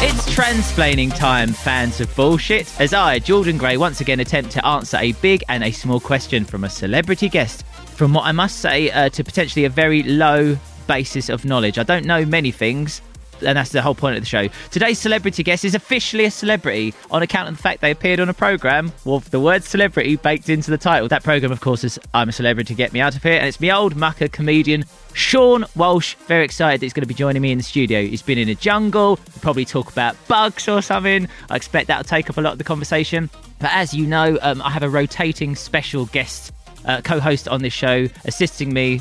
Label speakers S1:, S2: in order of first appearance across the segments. S1: It's transplaining time, fans of bullshit, as I, Jordan Gray, once again attempt to answer a big and a small question from a celebrity guest. From what I must say uh, to potentially a very low basis of knowledge. I don't know many things, and that's the whole point of the show. Today's celebrity guest is officially a celebrity on account of the fact they appeared on a program with the word celebrity baked into the title. That program, of course, is I'm a Celebrity, Get Me Out of Here, and it's me old mucker comedian Sean Walsh. Very excited that he's going to be joining me in the studio. He's been in a jungle, we'll probably talk about bugs or something. I expect that'll take up a lot of the conversation. But as you know, um, I have a rotating special guest uh, co host on this show assisting me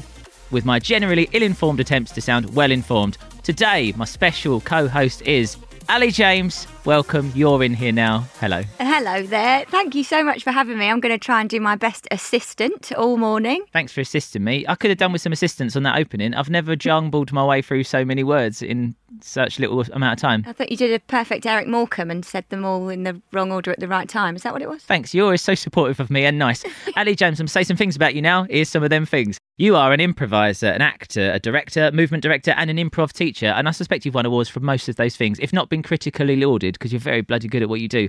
S1: with my generally ill informed attempts to sound well informed. Today, my special co host is Ali James. Welcome, you're in here now. Hello.
S2: Hello there. Thank you so much for having me. I'm going to try and do my best assistant all morning.
S1: Thanks for assisting me. I could have done with some assistance on that opening. I've never jumbled my way through so many words in such little amount of time.
S2: I thought you did a perfect Eric Morecambe and said them all in the wrong order at the right time. Is that what it was?
S1: Thanks. You're always so supportive of me and nice. Ali James, I'm gonna say some things about you now. Here's some of them things. You are an improviser, an actor, a director, movement director, and an improv teacher. And I suspect you've won awards for most of those things, if not been critically lauded, because you're very bloody good at what you do.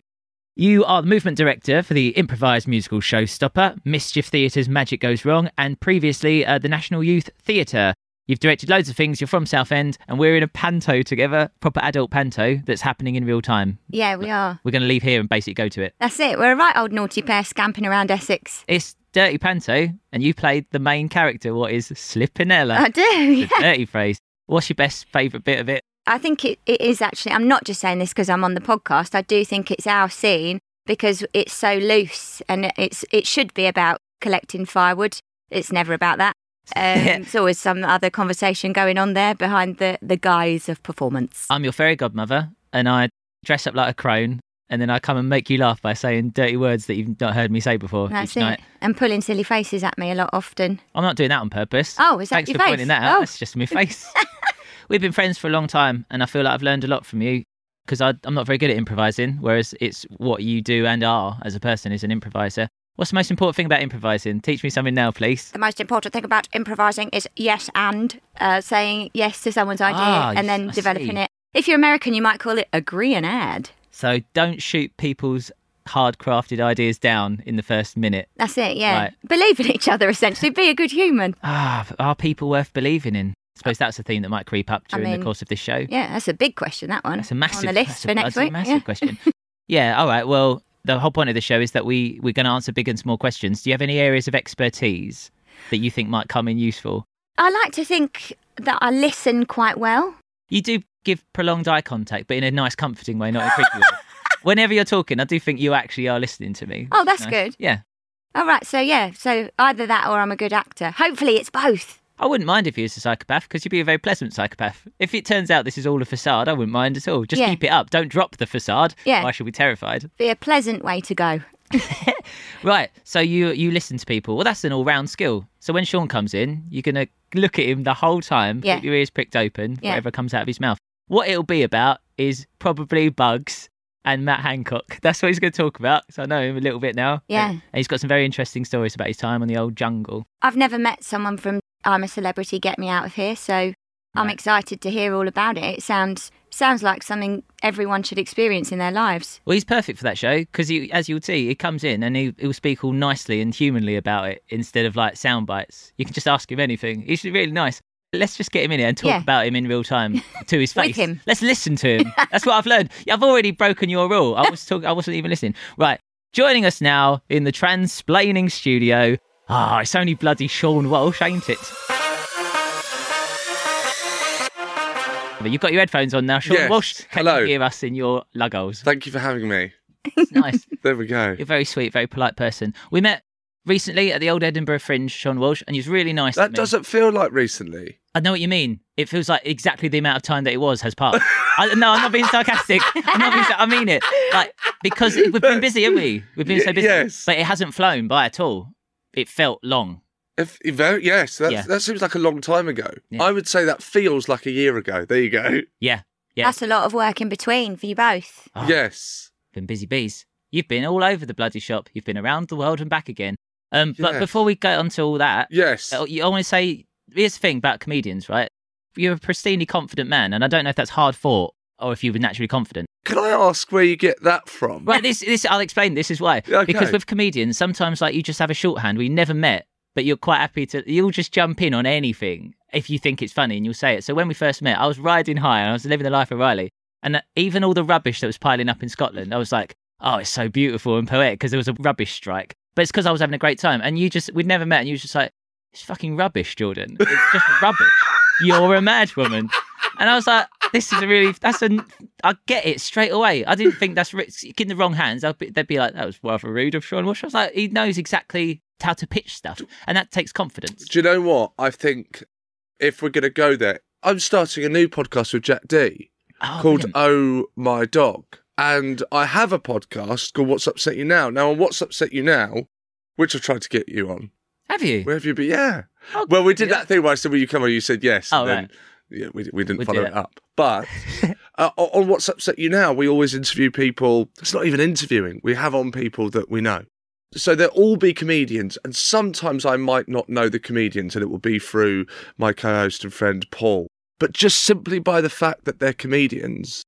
S1: You are the movement director for the improvised musical Showstopper, Mischief Theatre's Magic Goes Wrong, and previously uh, the National Youth Theatre. You've directed loads of things. You're from Southend, and we're in a panto together, proper adult panto that's happening in real time.
S2: Yeah, we are.
S1: We're going to leave here and basically go to it.
S2: That's it. We're a right old naughty pair scamping around Essex.
S1: It's Dirty Panto, and you played the main character, what is Slipinella.
S2: I do.
S1: the
S2: Yeah.
S1: dirty phrase. What's your best favourite bit of it?
S2: I think it, it is actually, I'm not just saying this because I'm on the podcast. I do think it's our scene because it's so loose and it's it should be about collecting firewood. It's never about that. Um, it's always some other conversation going on there behind the, the guise of performance.
S1: I'm your fairy godmother, and I dress up like a crone, and then I come and make you laugh by saying dirty words that you've not heard me say before
S2: That's
S1: each
S2: it.
S1: night.
S2: And pulling silly faces at me a lot often.
S1: I'm not doing that on purpose.
S2: Oh, is that
S1: Thanks
S2: your
S1: for
S2: face?
S1: pointing that out.
S2: Oh.
S1: That's just my face. We've been friends for a long time, and I feel like I've learned a lot from you because I'm not very good at improvising, whereas it's what you do and are as a person is an improviser. What's the most important thing about improvising? Teach me something now, please.
S2: The most important thing about improvising is yes and, uh, saying yes to someone's idea
S1: Ah, yes,
S2: and then
S1: I
S2: developing
S1: see.
S2: it. If you're American, you might call it agree and add.
S1: So don't shoot people's hard crafted ideas down in the first minute.
S2: That's it, yeah.
S1: Right.
S2: Believe in each other, essentially. Be a good human.
S1: Ah, are people worth believing in? I suppose that's a theme that might creep up
S2: I
S1: during the
S2: mean,
S1: course of this show.
S2: Yeah, that's a big question, that one.
S1: That's a massive
S2: On the list
S1: that's a-
S2: for next
S1: that's a
S2: week.
S1: massive
S2: yeah.
S1: question. yeah. All right. Well, the whole point of the show is that we we're going to answer big and small questions. Do you have any areas of expertise that you think might come in useful?
S2: I like to think that I listen quite well.
S1: You do give prolonged eye contact, but in a nice, comforting way, not a creepy way. Whenever you're talking, I do think you actually are listening to me.
S2: Oh,
S1: which is
S2: that's good.
S1: Yeah.
S2: All right, so yeah, so either that or I'm a good actor. Hopefully, it's both.
S1: I wouldn't mind if you was a psychopath because you'd be a very pleasant psychopath. If it turns out this is all a facade, I wouldn't mind at all. Just
S2: Yeah.
S1: keep it up. Don't drop the facade.
S2: Yeah.
S1: or I should be terrified.
S2: Be a pleasant way to go.
S1: Right. So you you listen to people. Well, that's an all round skill. So when Sean comes in, you're gonna look at him the whole time.
S2: Yeah.
S1: Keep your ears pricked open.
S2: Yeah.
S1: Whatever comes out of his mouth. What it'll be about is probably bugs and Matt Hancock. That's what he's gonna talk about. So I know him a little bit now.
S2: Yeah.
S1: And, and he's got some very interesting stories about his time on the old jungle.
S2: I've never met someone from "Oh, I'm a Celebrity, Get Me Out of Here, so I'm
S1: Right.
S2: excited to hear all about it. It sounds sounds like something everyone should experience in their lives.
S1: Well, he's perfect for that show because, he, as you'll see, he comes in and he, he'll speak all nicely and humanly about it instead of like sound bites. You can just ask him anything. He's really nice. Let's just get him in here and talk
S2: Yeah.
S1: about him in real time to his
S2: With
S1: face.
S2: him.
S1: Let's listen to him. That's what I've learned. I've already broken your rule. I was talk- I wasn't even listening. Right, joining us now in the transplaining studio. Ah, it's only bloody Sean Walsh, ain't it? But you've got your headphones on now, Sean
S3: Yes.
S1: Walsh. Can you
S3: Hello.
S1: hear us in your lugholes?
S3: Thank you for having me.
S1: It's nice.
S3: There we go.
S1: You're a very sweet, very polite person. We met recently at the old Edinburgh Fringe, Sean Walsh, and he was really nice. to
S3: That
S1: me.
S3: doesn't feel like recently.
S1: I know what you mean. It feels like exactly the amount of time that it was has passed. I, no, I'm not being sarcastic. I'm not being, sar- I mean it. Like because we've been busy, haven't we? We've been so
S3: Y-
S1: busy.
S3: yes.
S1: But it hasn't flown by at all. It felt long.
S3: If, if very- yes, that's,
S1: Yeah.
S3: that seems like a long time ago.
S1: Yeah.
S3: I would say that feels like a year ago. There you go.
S1: Yeah. Yeah.
S2: That's a lot of work in between for you both.
S1: Oh,
S3: Yes.
S1: Been busy bees. You've been all over the bloody shop. You've been around the world and back again. Um, but
S3: Yes.
S1: before we go on to all that,
S3: Yes.
S1: Oh, you- I want to say here's the thing about comedians, right? You're a pristinely confident man, and I don't know if that's hard fought or if you were naturally confident.
S3: Can I ask where you get that from?
S1: Right, this this I'll explain. This is why
S3: Okay.
S1: because with comedians sometimes like you just have a shorthand we never met, but you're quite happy to you'll just jump in on anything if you think it's funny and you'll say it. So when we first met, I was riding high and I was living the life of Riley, and uh, even all the rubbish that was piling up in Scotland, I was like, oh, it's so beautiful and poetic because there was a rubbish strike, but it's because I was having a great time. And you just we'd never met, and you was just like, it's fucking rubbish, Jordan. It's just rubbish. You're a mad woman. And I was like, this is a really, that's a, I get it straight away. I didn't think that's, ri- in the wrong hands, I'd be, they'd be like, that was rather rude of Sean Walsh. I was like, he knows exactly how to pitch stuff. And that takes confidence.
S3: Do you know what? I think if we're going to go there, I'm starting a new podcast with Jack D
S1: Oh,
S3: called
S1: brilliant.
S3: Oh My Dog. And I have a podcast called What's Upset You Now. Now, on What's Upset You Now, which I've tried to get you on.
S1: Have you?
S3: Where have you been? Yeah.
S1: Oh,
S3: Well, we did
S1: yeah.
S3: that thing where I said, Will you come on? You said yes.
S1: Oh,
S3: and
S1: right.
S3: then, yeah, we, we didn't
S1: We
S3: follow
S1: did
S3: it
S1: it.
S3: up. But uh, on on What's Upset You Now, we always interview people. It's not even interviewing, we have on people that we know. So they'll all be comedians, and sometimes I might not know the comedians, and it will be through my co host and friend Paul. But just simply by the fact that they're comedians,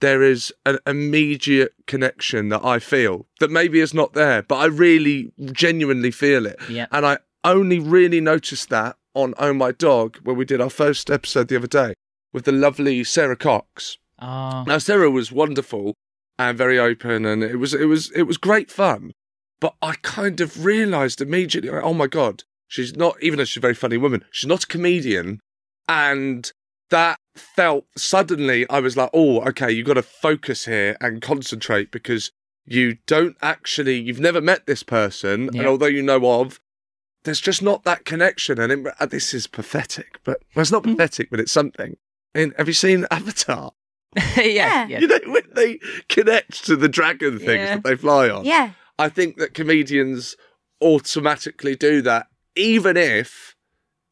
S3: there is an immediate connection that I feel that maybe is not there, but I really genuinely feel it.
S1: Yeah.
S3: And I only really noticed that on Oh My Dog, where we did our first episode the other day with the lovely Sarah Cox.
S1: Oh,
S3: Now Sarah was wonderful and very open and it was it was it was great fun. But I kind of realised immediately, like, oh my god, she's not even though she's a very funny woman, she's not a comedian. And that felt suddenly I was like, oh, okay, you've got to focus here and concentrate because you don't actually you've never met this person,
S1: Yeah.
S3: and although you know of, there's just not that connection. And it, uh, this is pathetic, but well, it's not
S1: Hmm.
S3: pathetic, but it's something. And have you seen Avatar?
S1: yeah, yeah.
S2: Yeah.
S3: You know, when they connect to the dragon things
S1: Yeah.
S3: that they fly
S1: Oh.
S3: on.
S2: Yeah.
S3: I think that comedians automatically do that, even if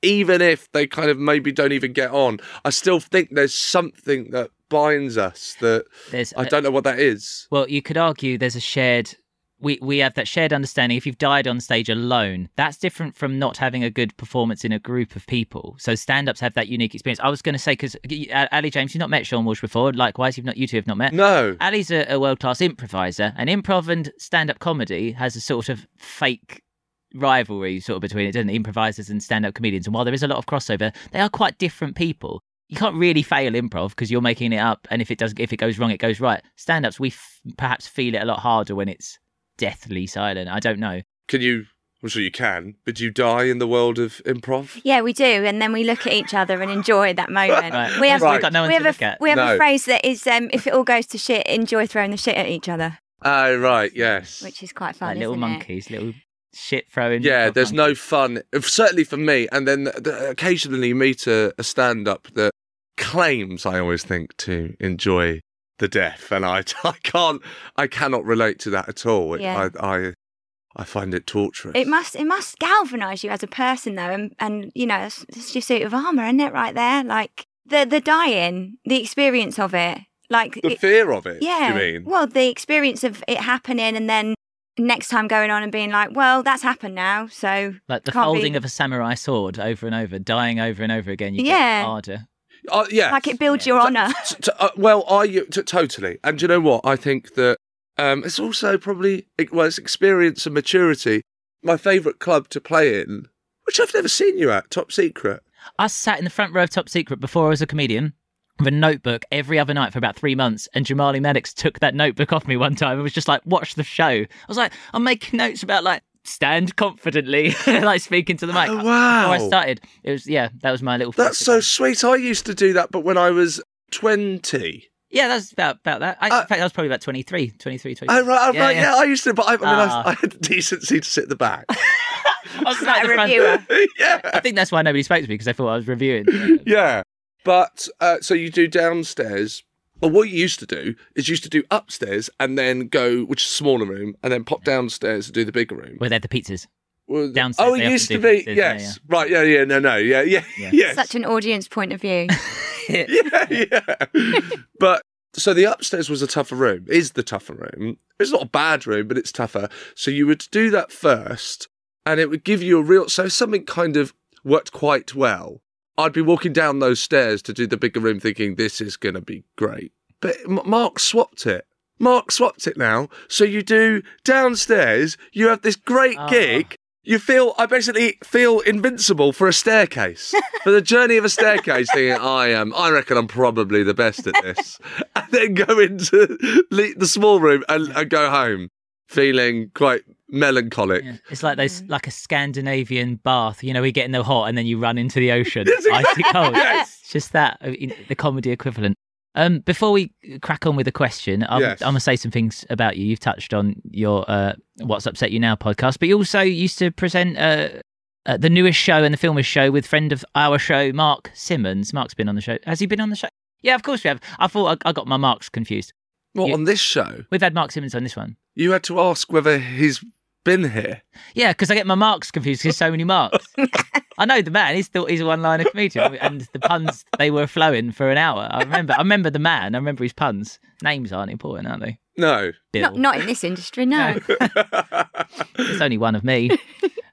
S3: even if they kind of maybe don't even get on. I still think there's something that binds us that
S1: There's,
S3: I don't know what that is.
S1: Well, you could argue there's a shared. We, we have that shared understanding. If you've died on stage alone, that's different from not having a good performance in a group of people. So stand ups have that unique experience. I was going to say, because Ali James, you've not met Sean Walsh before. Likewise, you've not, you two have not met.
S3: No.
S1: Ali's a, a world class improviser, and improv and stand up comedy has a sort of fake rivalry sort of between it, doesn't it? Improvisers and stand up comedians. And while there is a lot of crossover, they are quite different people. You can't really fail improv because you're making it up, and if it does, if it goes wrong, it goes right. Stand ups, we f- perhaps feel it a lot harder when it's deathly silent. I don't know.
S3: Can you I'm sure you can, but do you die in the world of improv?
S2: Yeah, we do, and then we look at each other and enjoy that moment.
S1: Right.
S2: We have
S3: Right.
S1: We've got no one
S2: we
S1: to
S2: have
S1: look
S2: a
S1: at.
S2: we have
S3: No.
S2: a phrase that is um, if it all goes to shit, enjoy throwing the shit at each other,
S3: Oh right, yes.
S2: which is quite fun.
S1: Like little
S2: isn't It?
S1: monkeys, little shit throwing.
S3: Yeah,
S1: improv
S3: there's no
S1: monkeys.
S3: fun, if- certainly for me. And then the, occasionally you meet a, a stand up that claims, I always think, to enjoy the deaf. And I, I can't, I cannot relate to that at all. It-
S2: Yeah.
S3: I, I, I find it torturous.
S2: It must it must galvanise you as a person though, and and you know it's, it's your suit of armour, isn't it? Right there, like the the dying, the experience of it, like
S3: The
S2: it-
S3: fear of it,
S2: yeah.
S3: you mean?
S2: Well, the experience of it happening and then next time going on and being like, well, that's happened now, so
S1: like the
S2: can't
S1: folding
S2: be-
S1: of a samurai sword over and over, dying over and over again. You
S2: Yeah.
S1: get harder.
S3: Uh, yeah.
S2: like it builds your honour.
S3: T- t- uh, well, I you t- totally. And do you know what? I think that um, it's also probably well, it's experience and maturity. My favourite club to play in, which I've never seen you at, Top Secret.
S1: I sat in the front row of Top Secret before I was a comedian with a notebook every other night for about three months. And Jamali Maddox took that notebook off me one time and was just like, watch the show. I was like, I'm making notes about like, stand confidently, like speaking to the mic.
S3: Oh, wow.
S1: Before I started, it was, yeah, that was my little.
S3: That's so
S1: focus.
S3: sweet. I used to do that, but when I was 20.
S1: Yeah, that's about about that. I,
S3: Uh,
S1: in fact, I was probably about 23, 23, 24.
S3: Oh, right, oh,
S1: Yeah,
S3: right,
S1: yeah.
S3: yeah. I used to, but I, I mean,
S1: Ah.
S3: I, I had the decency to sit at the back.
S1: I was
S2: Not
S1: at
S2: a
S1: the front.
S2: reviewer.
S1: I
S3: yeah,
S1: think that's why nobody spoke to me because they thought I was reviewing.
S3: yeah. But uh, so you do downstairs. Well, what you used to do is you used to do upstairs and then go, which is smaller room, and then pop downstairs to do the bigger room.
S1: Where they had the pizzas.
S3: Well,
S1: Downstairs,
S3: Oh,
S1: they
S3: it
S1: often
S3: used
S1: do
S3: to be. Yes.
S1: downstairs, yeah,
S3: Right. Yeah. Yeah. No. No. Yeah. Yeah.
S1: Yeah.
S3: Yes.
S2: Such an audience point of view.
S3: yeah. Yeah. but so the upstairs was a tougher room. Is the tougher room? It's not a bad room, but it's tougher. So you would do that first, and it would give you a real. So if something kind of worked quite well. I'd be walking down those stairs to do the bigger room, thinking this is going to be great. But M- Mark swapped it. Mark swapped it now. So you do downstairs. You have this great
S1: Ah.
S3: gig. You feel I basically feel invincible for a staircase. for the journey of a staircase, thinking I am I reckon I'm probably the best at this. and then go into le- the small room and, and go home feeling quite melancholic.
S1: Yeah. It's like
S3: Mm.
S1: those, like a Scandinavian bath. You know, we get in the hot and then you run into the ocean.
S3: Yes,
S1: Icy cold.
S3: Yes.
S1: It's just that, uh, in- the comedy equivalent. Um, before we crack on with the question, I'm,
S3: Yes.
S1: I'm going to say some things about you. You've touched on your uh, What's Upset You Now podcast, but you also used to present uh, uh, the newest show and the filmer's show with friend of our show, Mark Simmons. Mark's been on the show. Has he been on the show? Yeah, of course we have. I thought I, I got my marks confused.
S3: Well,
S1: You-
S3: on this show,
S1: We've had Mark Simmons on this one.
S3: you had to ask whether he's been here.
S1: Yeah, because I get my marks confused because so many marks. I know the man. He's thought he's a one-liner comedian, and the puns they were flowing for an hour. I remember. I remember the man. I remember his puns. Names aren't important, aren't they?
S3: No.
S1: Bill.
S2: Not, not in this industry, no.
S1: It's only one of me,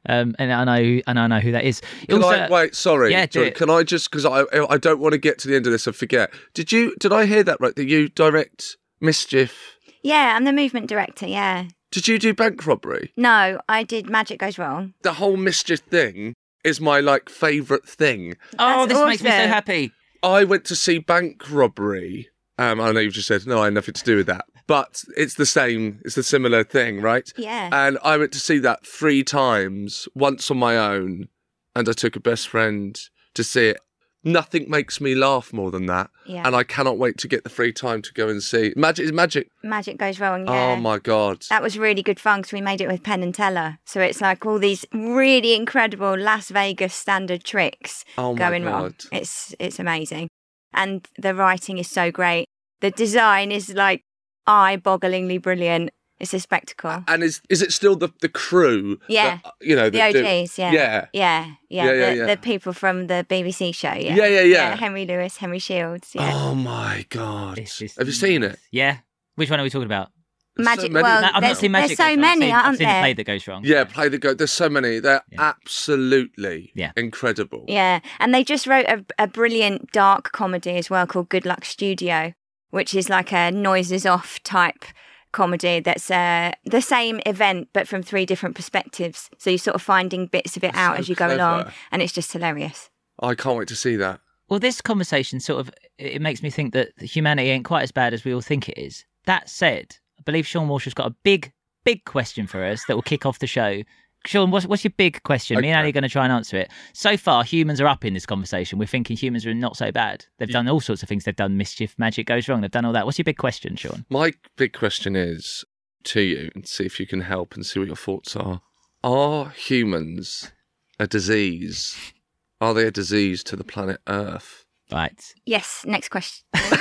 S1: um, and I know and I know who that is.
S3: Can
S1: Also- oh,
S3: I, wait, sorry.
S1: Yeah, do
S3: sorry,
S1: it.
S3: Can I just because I I don't want to get to the end of this and forget. Did you did I hear that right? That you direct mischief?
S2: Yeah, I'm the movement director, yeah.
S3: Did you do bank robbery?
S2: No, I did Magic Goes Wrong.
S3: The whole mischief thing is my like favourite thing.
S1: oh,
S2: That's
S1: this makes me so
S2: awesome.
S1: happy.
S3: I went to see bank robbery. Um, I know you've just said no, I had nothing to do with that, but it's the same. It's the similar thing, right?
S2: Yeah.
S3: And I went to see that three times, once on my own, and I took a best friend to see it. Nothing makes me laugh more than that.
S2: Yeah.
S3: And I cannot wait to get the free time to go and see. Magic is magic.
S2: Magic Goes Wrong, yeah.
S3: Oh my God.
S2: That was really good fun because we made it with Penn and Teller. So it's like all these really incredible Las Vegas standard tricks
S3: Oh my
S2: going wrong.
S3: God.
S2: It's it's amazing, and the writing is so great. The design is like eye-bogglingly brilliant. It's a spectacle.
S3: And is is it still the, the crew?
S2: Yeah.
S3: that, you know,
S2: The
S3: that do-
S2: OGs, yeah.
S3: Yeah.
S2: yeah, yeah,
S3: Yeah, yeah,
S2: the,
S3: yeah.
S2: the people from the BBC show, yeah,
S3: Yeah, yeah, yeah.
S2: Henry Lewis, Henry Shields, yeah.
S3: Oh my God.
S1: This is-
S3: Have you seen it?
S1: Yeah. Which one are we talking about?
S3: There's so
S2: Magic.
S3: many
S2: well,
S3: now.
S1: I've
S2: there-
S1: not seen Magic.
S2: Oh, There's so
S1: Goes Wrong. I've
S2: many,
S1: seen, I've
S2: aren't
S1: seen the
S2: there?
S1: play that goes wrong.
S3: Yeah, play the go. There's so many. They're
S1: Yeah.
S3: absolutely
S1: Yeah.
S3: incredible.
S2: Yeah, and they just wrote a, a brilliant dark comedy as well called Good Luck Studio, which is like a noises off type comedy that's uh, the same event but from three different perspectives. So you're sort of finding bits of it
S3: That's
S2: out
S3: so
S2: as you go
S3: clever.
S2: along, and it's just hilarious.
S3: I can't wait to see that.
S1: Well, this conversation sort of it makes me think that humanity ain't quite as bad as we all think it is. That said, I believe Sean Walsh has got a big, big question for us that will kick off the show. Sean, what's, what's your big question? Me and
S3: Okay.
S1: Ali are going to try and answer it. So far, humans are up in this conversation. We're thinking humans are not so bad. They've done all sorts of things. They've done mischief, magic goes wrong. They've done all that. What's your big question, Sean?
S3: My big question is to you and see if you can help and see what your thoughts are. Are humans a disease? Are they a disease to the planet Earth?
S1: Right.
S2: Yes, next question.
S1: That's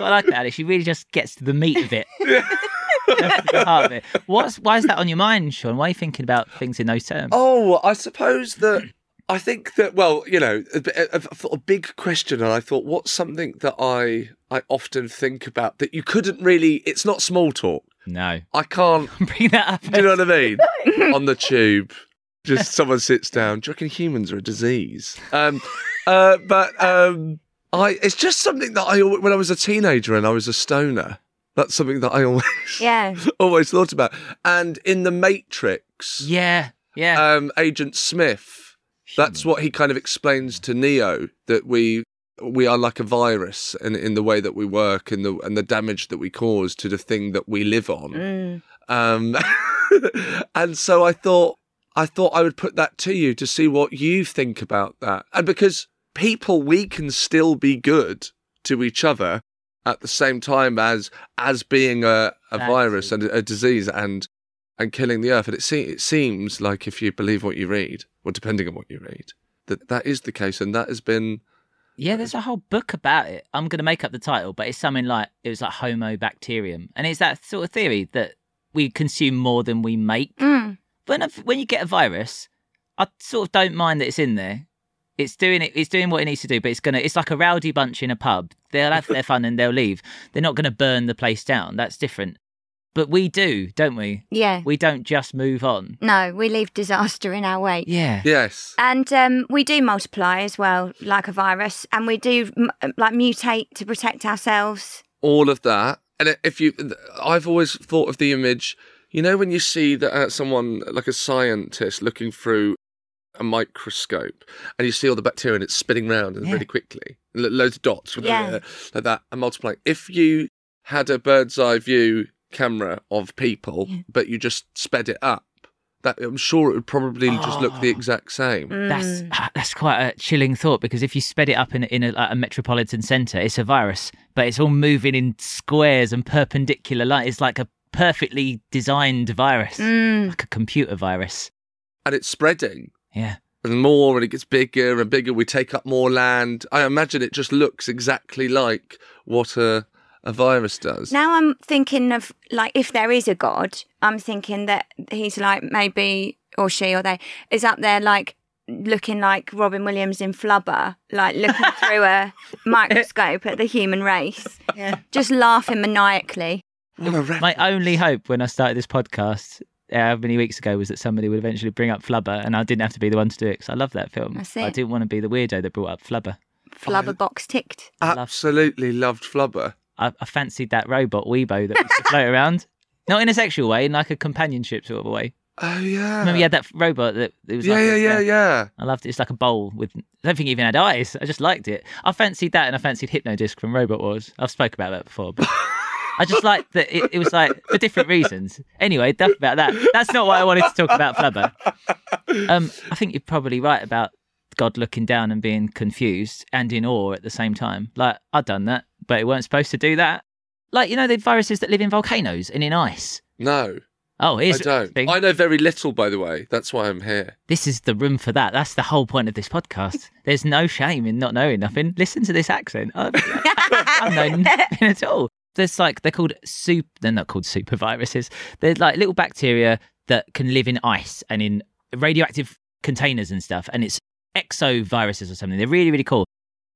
S1: what I like about it. She really just gets to the meat of it. The heart of it. What's, why is that on your mind, Sean? Why are you thinking about things in those terms?
S3: Oh, I suppose that I think that well, you know, a, a, a- a big question, and I thought, what's something that I I often think about that you couldn't really? It's not small talk.
S1: No.
S3: I can't.
S1: Bring that up.
S3: Do you know what I mean? On the tube, just someone sits down. Do you reckon humans are a disease? Um, uh, but um, I, it's just something that I, al- when I was a teenager and I was a stoner, that's something that I always,
S2: Yeah,
S3: always thought about. And in the Matrix,
S1: Yeah, yeah.
S3: um, Agent Smith, that's what he kind of explains to Neo that we. We are like a virus in, in the way that we work and the and the damage that we cause to the thing that we live on.
S2: mm,
S3: Um, and so I thought I thought I would put that to you to see what you think about that. And because people, we can still be good to each other at the same time as as being a, a
S1: That's
S3: virus
S1: it.
S3: and a disease and and killing the earth. And it, se- it seems like if you believe what you read, or depending on what you read, that that is the case, and that has been
S1: Yeah, there's a whole book about it. I'm going to make up the title, but it's something like it was like Homo bacterium, and it's that sort of theory that we consume more than we make.
S2: Mm.
S1: When I've, when you get a virus, I sort of don't mind that it's in there. It's doing it. It's doing what it needs to do, but it's gonna. It's like a rowdy bunch in a pub. They'll have their fun and they'll leave. They're not going to burn the place down. That's different. But we do, don't we?
S2: Yeah.
S1: We don't just move on.
S2: No, we leave disaster in our wake.
S1: Yeah.
S3: yes,
S2: And um, we do multiply as well, like a virus, and we do m- like mutate to protect ourselves.
S3: all of that. And if you, I've always thought of the image, you know, when you see that uh, someone like a scientist looking through a microscope and you see all the bacteria and it's spinning round and
S1: Yeah.
S3: really quickly, lo- loads of dots with- uh,
S2: Yeah.
S3: like that and multiplying. If you had a bird's eye view camera of people, but you just sped it up, that I'm sure it would probably just look the
S1: Oh.
S3: exact same.
S1: That's
S2: Mm.
S1: ah, that's quite a chilling thought because if you sped it up in in a, like a metropolitan centre, it's a virus, but it's all moving in squares and perpendicular line. It's like a perfectly designed virus,
S2: Mm.
S1: like a computer virus.
S3: And it's spreading.
S1: Yeah,
S3: and more and it gets bigger and bigger we take up more land i imagine it just looks exactly like what a, a virus does
S2: Now I'm thinking of like if there is a god, I'm thinking that he's like maybe or she or they is up there like looking like Robin Williams in Flubber, like looking through a microscope at the human race,
S1: yeah.
S2: just laughing maniacally.
S3: what a rep-
S1: My only hope when I started this podcast. How many weeks ago was that somebody would eventually bring up Flubber, and I didn't have to be the one to do it because I love that film.
S2: That's
S1: I
S2: it.
S1: didn't want to be the weirdo that brought up Flubber.
S2: Flubber box ticked.
S3: absolutely loved flubber
S1: I, I fancied that robot Weibo that used to float around, not in a sexual way, in like a companionship sort of a way.
S3: oh yeah
S1: Remember, you had that f- robot that it was
S3: yeah
S1: like
S3: yeah
S1: a-
S3: yeah yeah
S1: I loved it. It's like a bowl with. I don't think it even had eyes. I just liked it. I fancied that, and I fancied Hypnodisc from Robot Wars. I've spoke about that before, but I just liked that it, it was like for different reasons. Anyway, enough about that. That's not what I wanted to talk about, Flubber. Um, I think you're probably right about God looking down and being confused and in awe at the same time. Like I've done that, but it weren't supposed to do that. Like you know the viruses that live in volcanoes and in ice.
S3: no
S1: Oh, here's
S3: i don't
S1: thing.
S3: i know very little by the way that's why i'm here
S1: this is the room for that. That's the whole point of this podcast. There's no shame in not knowing nothing. Listen to this accent. I've, I've known nothing at all. There's like they're called soup. They're not called super viruses. They're like little bacteria that can live in ice and in radioactive containers and stuff. And it's exoviruses or something. They're really really cool.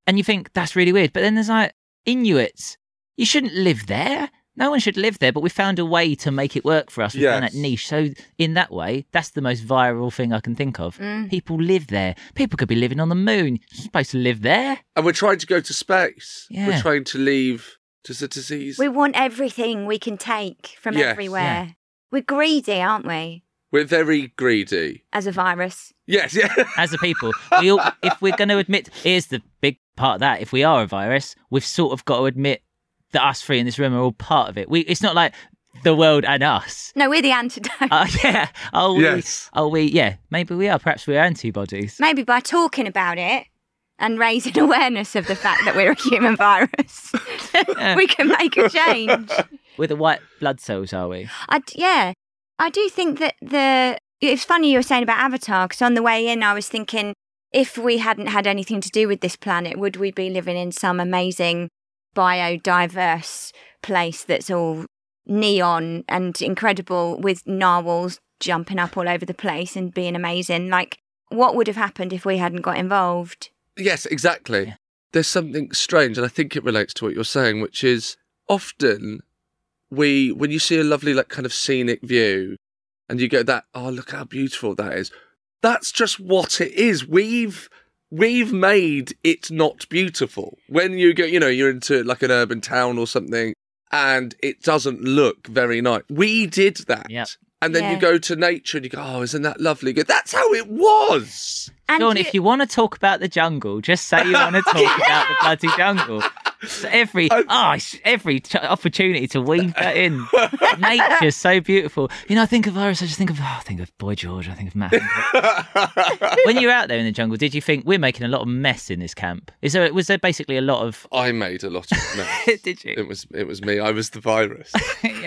S1: And you think that's really weird. But then there's like Inuits. You shouldn't live there. No one should live there, but we found a way to make it work for us. We found
S3: Yes.
S1: that niche. So in that way, that's the most viral thing I can think of.
S2: Mm.
S1: People live there. People could be living on the moon. You're supposed to live there.
S3: and we're trying to go to space we're
S1: Yeah.
S3: trying to leave just a disease
S2: We want everything we can take from
S3: Yes.
S2: everywhere. We're greedy, aren't we?
S3: we're very greedy
S2: As a virus.
S3: yes yeah
S1: As a people, we all, if we're going to admit, here's the big part of that. If we are a virus, we've sort of got to admit that us three in this room are all part of it. We, it's not like the world and us.
S2: No, we're the antidote.
S1: Uh, yeah. Are we?
S3: Yes.
S1: Are we? Yeah. Maybe we are. Perhaps we're antibodies.
S2: Maybe by talking about it and raising awareness of the fact that we're a human virus, we can make a change.
S1: We're the white blood cells, are we?
S2: I d yeah, I do think that the. It's funny you were saying about Avatar because on the way in, I was thinking if we hadn't had anything to do with this planet, would we be living in some amazing biodiverse place that's all neon and incredible with narwhals jumping up all over the place and being amazing? Like, what would have happened if we hadn't got involved?
S3: Yes, exactly. There's something strange, and I think it relates to what you're saying, which is often we, when you see a lovely, like, kind of scenic view, and you go, "That oh, look how beautiful that is." That's just what it is. We've we've made it not beautiful. When you go, you know, you're into like an urban town or something, and it doesn't look very nice. We did that.
S1: Yep.
S3: And then
S2: Yeah.
S3: you go to nature and you go, oh, isn't that lovely? You go, That's how it was.
S2: And
S1: John, if you want to talk about the jungle, just say you want to talk about the bloody jungle. So every oh, it's- every ch- opportunity to weave that in. Nature's so beautiful. You know, I think of Iris. I just think of oh, I think of Boy George. I think of Matt. when you were out there in the jungle, did you think we're making a lot of mess in this camp? Is there was there basically a lot of?
S3: I made a lot of mess.
S1: did
S3: it
S1: you?
S3: was it was me. I was the virus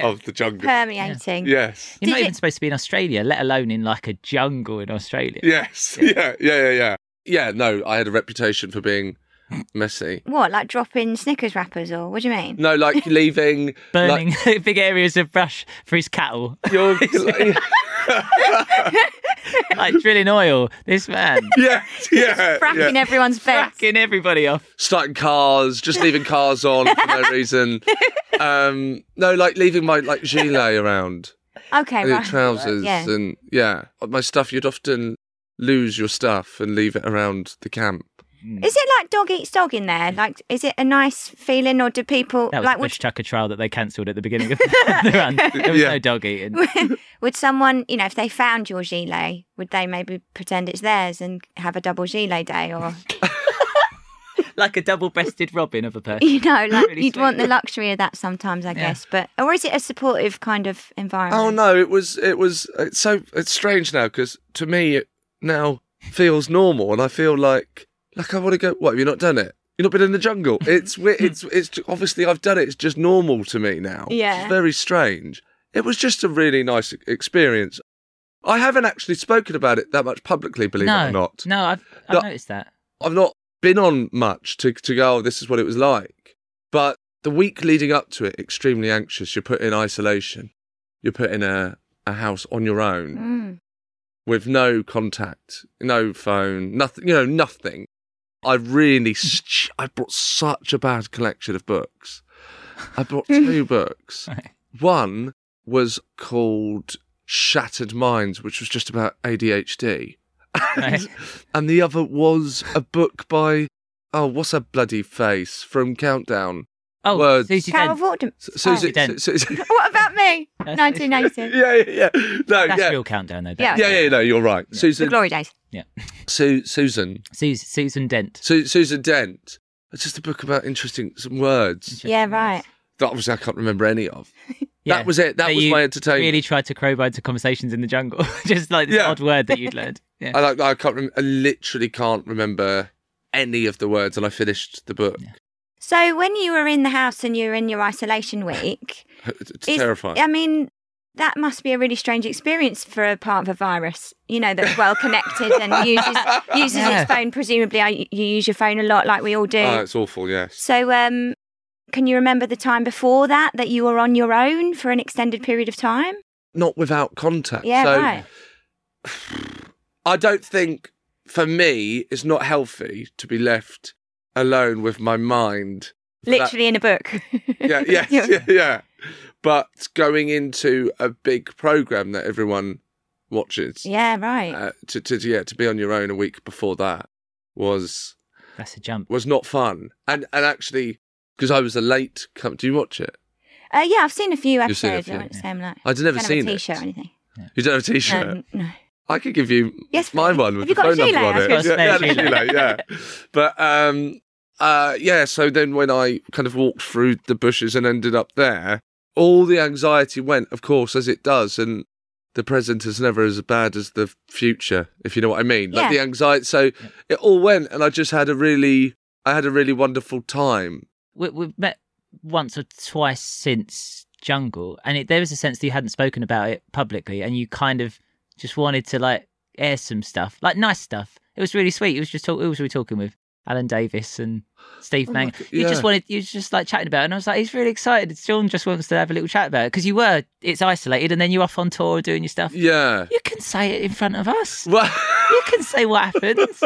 S3: of the jungle.
S2: Permeating.
S3: Yes.
S1: You're not
S2: Did
S1: even
S2: it-
S1: supposed to be in Australia, let alone in like a jungle in Australia.
S3: Yes. Yeah. Yeah. Yeah. Yeah. Yeah. No, I had a reputation for being messy.
S2: What, like dropping Snickers wrappers or what do you mean?
S3: No, like leaving
S1: Burning big areas of brush for his cattle,
S3: Like, your, like,
S1: like drilling oil. This man
S3: yeah. Yeah.
S2: Fracking
S3: yeah.
S2: everyone's beds.
S1: fucking everybody off.
S3: Starting cars, just leaving cars on for no reason. Um, no, like leaving my like gilet around.
S2: Okay,
S3: and your
S2: right.
S3: trousers
S2: Yeah.
S3: and yeah my stuff you'd often lose your stuff and leave it around the camp
S2: Is it like dog eats dog in there? Like, is it a nice feeling, or do people
S1: That was
S2: like
S1: the
S2: would,
S1: fish tucker trial that they cancelled at the beginning of the run. There was
S3: Yeah.
S1: no dog eating.
S2: would someone, you know, if they found your gilet, would they maybe pretend it's theirs and have a double gilet day, or
S1: like a double-breasted robin of a person.
S2: you know, like
S1: Really
S2: you'd
S1: sweet.
S2: want the luxury of that sometimes, I guess. But or is it a supportive kind of environment?
S3: oh no it was it was uh, it's so it's strange now because to me it now feels normal and i feel like like i want to go what have you not done it you've not been in the jungle it's we- it's it's obviously i've done it it's just normal to me now which is
S2: Yeah.
S3: very strange it was just a really nice e-, experience i haven't actually spoken about it that much publicly believe
S1: no,
S3: it or not
S1: No, I've, I've
S3: No.
S1: noticed that.
S3: I've not been on much to to go. Oh, this is what it was like. But the week leading up to it, extremely anxious. You're put in isolation. You're put in a a house on your own
S2: Mm.
S3: with no contact, no phone, nothing. You know, nothing. I really, st- I brought such a bad collection of books. I brought two books.
S1: Right.
S3: One was called Shattered Minds, which was just about ADHD.
S1: Right.
S3: And the other was a book by, oh, what's her bloody face from Countdown?
S1: Oh,
S3: Words.
S1: Susie
S2: Carol
S1: Dent.
S2: Vorderman.
S3: S- Susie,
S1: Dent.
S3: Su- Susie-
S2: What about me?
S1: That's-
S2: 1980.
S3: yeah, yeah, yeah. No,
S1: That's
S3: Oh, yeah.
S1: real countdown though.
S2: Yeah.
S1: Yeah.
S3: Yeah, yeah, no, you're right.
S2: The
S3: Susan,
S2: glory days.
S3: Su- Susan,
S1: Susan, Susan Dent.
S3: Su- Susan Dent. It's just a book about interesting some words
S2: Yeah, right.
S3: that obviously I can't remember any of.
S1: Yeah.
S3: That was it. That was
S1: you
S3: my entertainment.
S1: Really tried to crowbar into conversations in the jungle, just like this
S3: Yeah.
S1: odd word that you'd learned. Yeah.
S3: I like I can't. Rem- I literally can't remember any of the words, and I finished the book.
S2: So when you were in the house and you were in your isolation week,
S3: It's, it's
S2: Is-
S3: terrifying.
S2: I mean, that must be a really strange experience for a part of a virus, you know, that's well connected and uses uses
S1: Yeah.
S2: its phone. Presumably, I, you use your phone a lot, like we all do.
S3: Oh, it's awful. Yes.
S2: so, um, can you remember the time before that that you were on your own for an extended period of time?
S3: Not without contact.
S2: Yeah,
S3: Uh, so
S2: right.
S3: I don't think for me it's not healthy to be left alone with my mind. for that-
S2: Literally in a book.
S3: yeah, yes, yeah, yeah. But going into a big program that everyone watches.
S2: Yeah, right.
S3: Uh, to, to yeah to be on your own a week before that was
S1: That's a jump.
S3: was not fun. And and actually, because I was a late come. Do you watch it?
S2: Uh, yeah, I've seen a few
S3: You've seen a
S2: episodes. I
S3: few.
S2: won't say I'm like.
S3: I'd never
S2: don't have
S3: seen
S2: a
S3: it.
S2: T-shirt or anything.
S3: You don't have a
S2: No,
S3: T-shirt.
S2: n- no.
S3: I could give you
S2: Yes,
S3: my
S2: please.
S3: one
S2: Have
S3: with
S2: you
S3: the
S2: got a
S3: phone number
S2: gilet?
S3: on
S2: I
S3: it.
S1: was gonna
S3: yeah,
S1: say.
S3: yeah, the gilet, yeah. But um, uh, yeah. So then when I kind of walked through the bushes and ended up there, all the anxiety went, of course, as it does, and. The present is never as bad as the future, if you know what I mean. Like
S2: Yeah.
S3: the anxiety, so it all went, and I just had a really, I had a really wonderful time.
S1: we, we've met once or twice since Jungle, and it, there was a sense that you hadn't spoken about it publicly, and you kind of just wanted to like air some stuff, like nice stuff. It was really sweet. It was just talk, who was we talking with? Alan Davis and Steve
S3: Oh my
S1: Mang.
S3: g-
S1: You
S3: yeah.
S1: just wanted, you was just like chatting about it, and I was like, he's really excited. Sean just wants to have a little chat about it because you were, it's isolated, and then you're off on tour doing your stuff.
S3: Yeah.
S1: You can say it in front of us.
S3: Well,
S1: You can say what happens.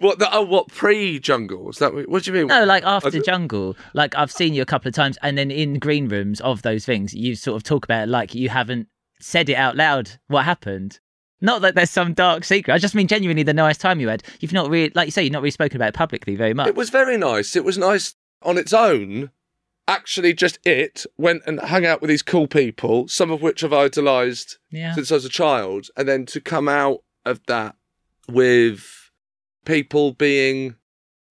S3: what the oh, what pre jungles? That what do you mean?
S1: No, like after
S3: d-
S1: Jungle, like I've seen you a couple of times, and then in green rooms of those things, you sort of talk about it like you haven't said it out loud what happened. Not that there's some dark secret. I just mean genuinely the nice time you had. You've not really, like you say, you've not really spoken about it publicly very much.
S3: it was very nice. It was nice on its own. Actually, just it went and hung out with these cool people, some of which I've idolised
S1: yeah.
S3: since I was a child, and then to come out of that with people being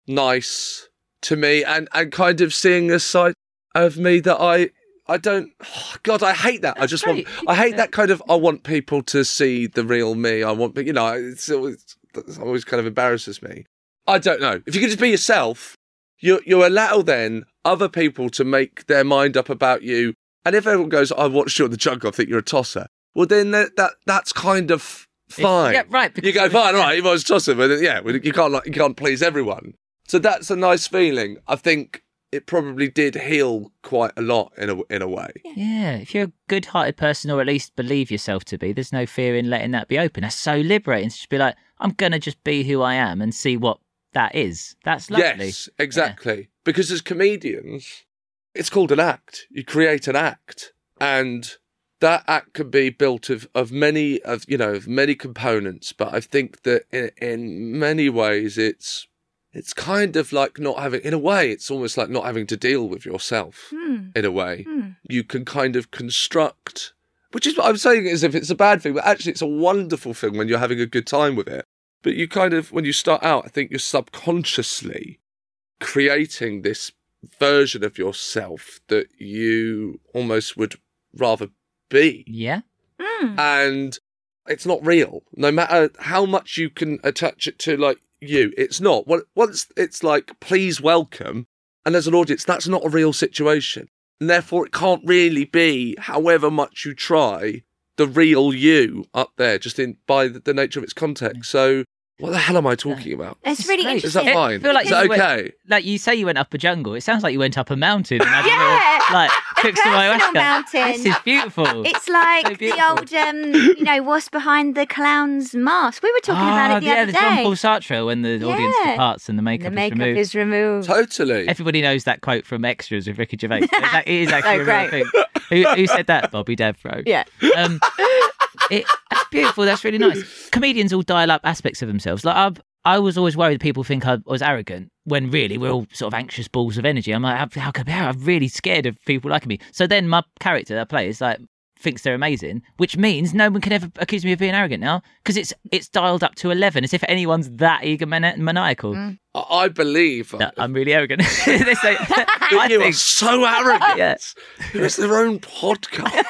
S3: nice to me and, and kind of seeing a side of me that I I don't God I hate that I just want I hate that kind of I want people to see the real me I want but you know it's always, it's always kind of embarrasses me I don't know if you can just be yourself you you allow then other people to make their mind up about you and if everyone goes I watched you on the jungle I think you're a tosser well then that, that that's kind of fine
S4: Yeah, right.
S3: you go fine all right you was tosser but yeah you can't like, you can't please everyone so that's a nice feeling I think it probably did heal quite a lot in a in a way.
S1: Yeah, if you're a good hearted person, or at least believe yourself to be, there's no fear in letting that be open. That's so liberating to just be like, I'm going to just be who I am and see what that is. That's lovely.
S3: Yes, exactly. Because as comedians, it's called an act. You create an act, and that act can be built of, of many of you know of many components. But I think that in, in many ways, it's it's kind of like not having in a way it's almost like not having to deal with yourself
S1: Hmm.
S3: in a way you can kind of construct which is what i'm saying is if it's a bad thing but actually it's a wonderful thing when you're having a good time with it but you kind of when you start out i think you're subconsciously creating this version of yourself that you almost would rather be
S1: Yeah.
S2: Hmm.
S3: and it's not real. No matter how much you can attach it to, like you, it's not. Well, Once it's like, please welcome, and there's an audience, that's not a real situation. And therefore, it can't really be, however much you try, the real you up there, just in by the, the nature of its
S1: Mm.
S3: context. So, what the hell am I talking about?
S2: It's really
S1: great.
S2: interesting.
S3: Is that fine?
S1: feel like
S3: Is
S1: you
S3: that
S1: went-
S3: okay?
S1: Like you say, you went up a jungle. It sounds like you went up a mountain. And had a
S2: Yeah.
S1: little, like took some
S2: personal
S1: ayahuasca.
S2: mountain.
S1: This is beautiful.
S2: It's like
S1: So
S2: the
S1: beautiful.
S2: old, um, you know, what's behind the clown's mask. We were talking about
S1: Ah,
S2: it the
S1: yeah,
S2: other
S1: the John
S2: day.
S1: Paul Sartre when the audience
S2: Yeah.
S1: departs and the
S2: the
S1: makeup,
S2: makeup
S1: is removed.
S2: is removed.
S3: Totally.
S1: Everybody knows that quote from Extras with Ricky Gervais. It's ac- It is actually a real
S2: great.
S1: thing. Who, who said that? Bobby Davro.
S2: Yeah.
S1: Um, it, that's beautiful. That's really nice. Comedians all dial up aspects of themselves. Like I've, I was always worried that people think I was arrogant when really we're all sort of anxious balls of energy. I'm like, how, how come I'm really scared of people liking me? So then my character that I play is like thinks they're amazing, which means no one can ever accuse me of being arrogant now because it's it's dialed up to eleven as if anyone's that
S2: Mm.
S1: egomaniacal.
S3: I I believe
S1: No, I'm really arrogant. They say- I
S3: you are
S1: think-
S3: so arrogant.
S1: Yeah.
S3: It's their own podcast.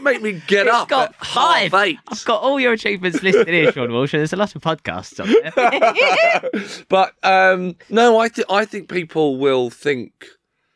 S3: Make me get
S1: It's
S3: up.
S1: got
S3: at
S1: five.
S3: half eight.
S1: I've got all your achievements listed here, Sean Walsh. and There's a lot of podcasts on there.
S3: But um, no, I think I think people will think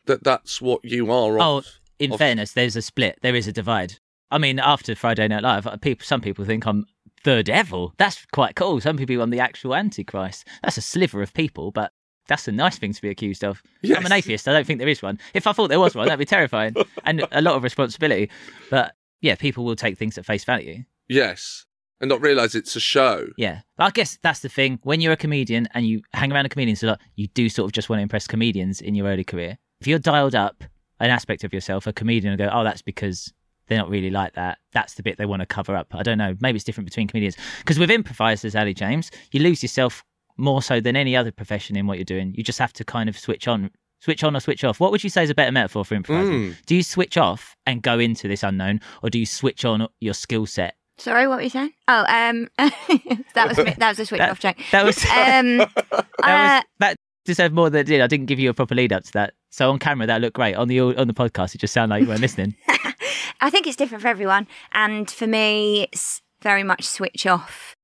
S3: that that's what you are.
S1: oh,
S3: of.
S1: in
S3: Of-
S1: fairness, there's a split. There is a divide. I mean, after Friday Night Live, uh, people, some people think I'm the devil. That's quite cool. Some people on the actual Antichrist. That's a sliver of people, but that's a nice thing to be accused of. I'm
S3: Yes.
S1: an atheist. I don't think there is one. If I thought there was one, that'd be terrifying and a lot of responsibility. But yeah, people will take things at face value.
S3: yes, and not realise it's a show.
S1: Yeah. But I guess that's the thing. When you're a comedian and you hang around a comedian a lot, you do sort of just want to impress comedians in your early career. If you're dialed up an aspect of yourself, a comedian will go, oh, that's because they're not really like that. That's the bit they want to cover up. I don't know. Maybe it's different between comedians. Because with improvisers, Ali James, you lose yourself more so than any other profession in what you're doing. You just have to kind of switch on. Switch on or switch off. What would you say is a better metaphor for
S3: Mm. Hmm.
S1: improvising? Do you switch off and go into this unknown, or do you switch on your skill set?
S2: Sorry, what were you saying? Oh, um, that was me- that was a switch
S1: That-
S2: off joke.
S1: that was-
S2: um,
S1: that,
S2: uh,
S1: was, that deserved more than it did. I didn't give you a proper lead up to that. So on camera, that looked great. On the on the podcast, it just sounded like you weren't listening.
S2: I think it's different for everyone, and for me, it's very much switch off.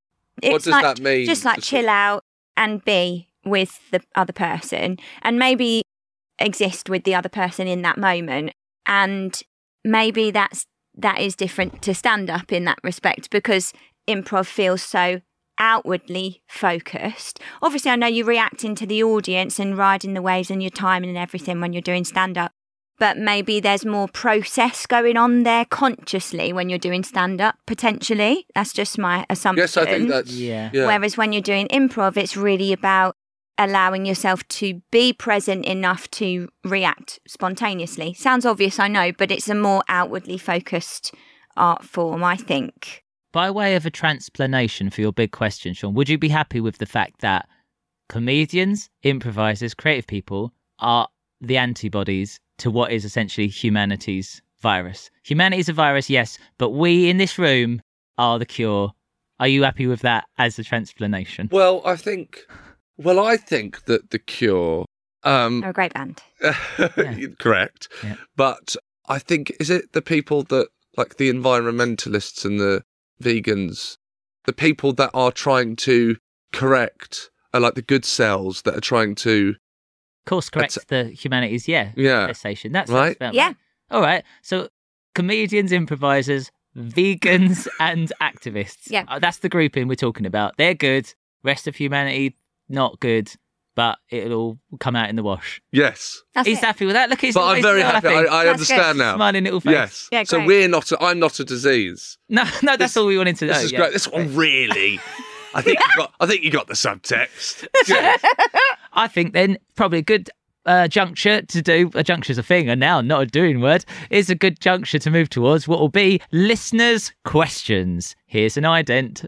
S2: It's
S3: does
S2: like,
S3: that mean,
S2: Just like
S3: to switch-
S2: chill out and be with the other person, and maybe exist with the other person in that moment, and maybe that's that is different to stand up in that respect because improv feels so outwardly focused. Obviously, I know you're reacting to the audience and riding the waves and your timing and everything when you're doing stand up but maybe there's more process going on there consciously when you're doing stand up, potentially. That's just my assumption.
S3: Yes, I think that's
S1: Yeah.
S2: Whereas when you're doing improv, it's really about allowing yourself to be present enough to react spontaneously. Sounds obvious, I know, but it's a more outwardly focused art form, I think.
S1: By way of a transplanation for your big question, Sean, would you be happy with the fact that comedians, improvisers, creative people are the antibodies to what is essentially humanity's virus? Humanity's a virus, yes, but we in this room are the cure. Are you happy with that as a transplanation?
S3: Well, I think. Well, I think that the cure Um,
S2: They're a great band.
S3: Correct.
S1: Yeah.
S3: But I think is it the people that like the environmentalists and the vegans, the people that are trying to correct are like the good cells that are trying to
S1: course corrects the humanities yeah
S3: yeah
S1: station that's
S3: Right.
S1: that's about
S2: Yeah.
S1: all right so comedians improvisers vegans and activists
S2: Yeah.
S1: Uh, that's the grouping we're talking about they're good rest of humanity not good but it'll all come out in the wash
S3: yes.
S2: That's
S1: he's
S2: it.
S1: happy with that look he's
S3: But I'm
S1: he's
S3: very
S1: still
S3: happy. I, I
S2: That's
S3: understand
S2: good.
S3: now.
S1: smiling little face
S3: Yes.
S2: Yeah,
S3: so
S2: great.
S3: we're not. A, I'm not a disease.
S1: no no that's
S3: This-
S1: all we wanted to know
S3: This is
S1: yeah.
S3: great. This one really. I think you got. I think you got the subtext. Yeah.
S1: I think then probably a good uh, juncture to do. A juncture's a thing, and now not a doing word is a good juncture to move towards. What will be listeners' questions? Here's an ident.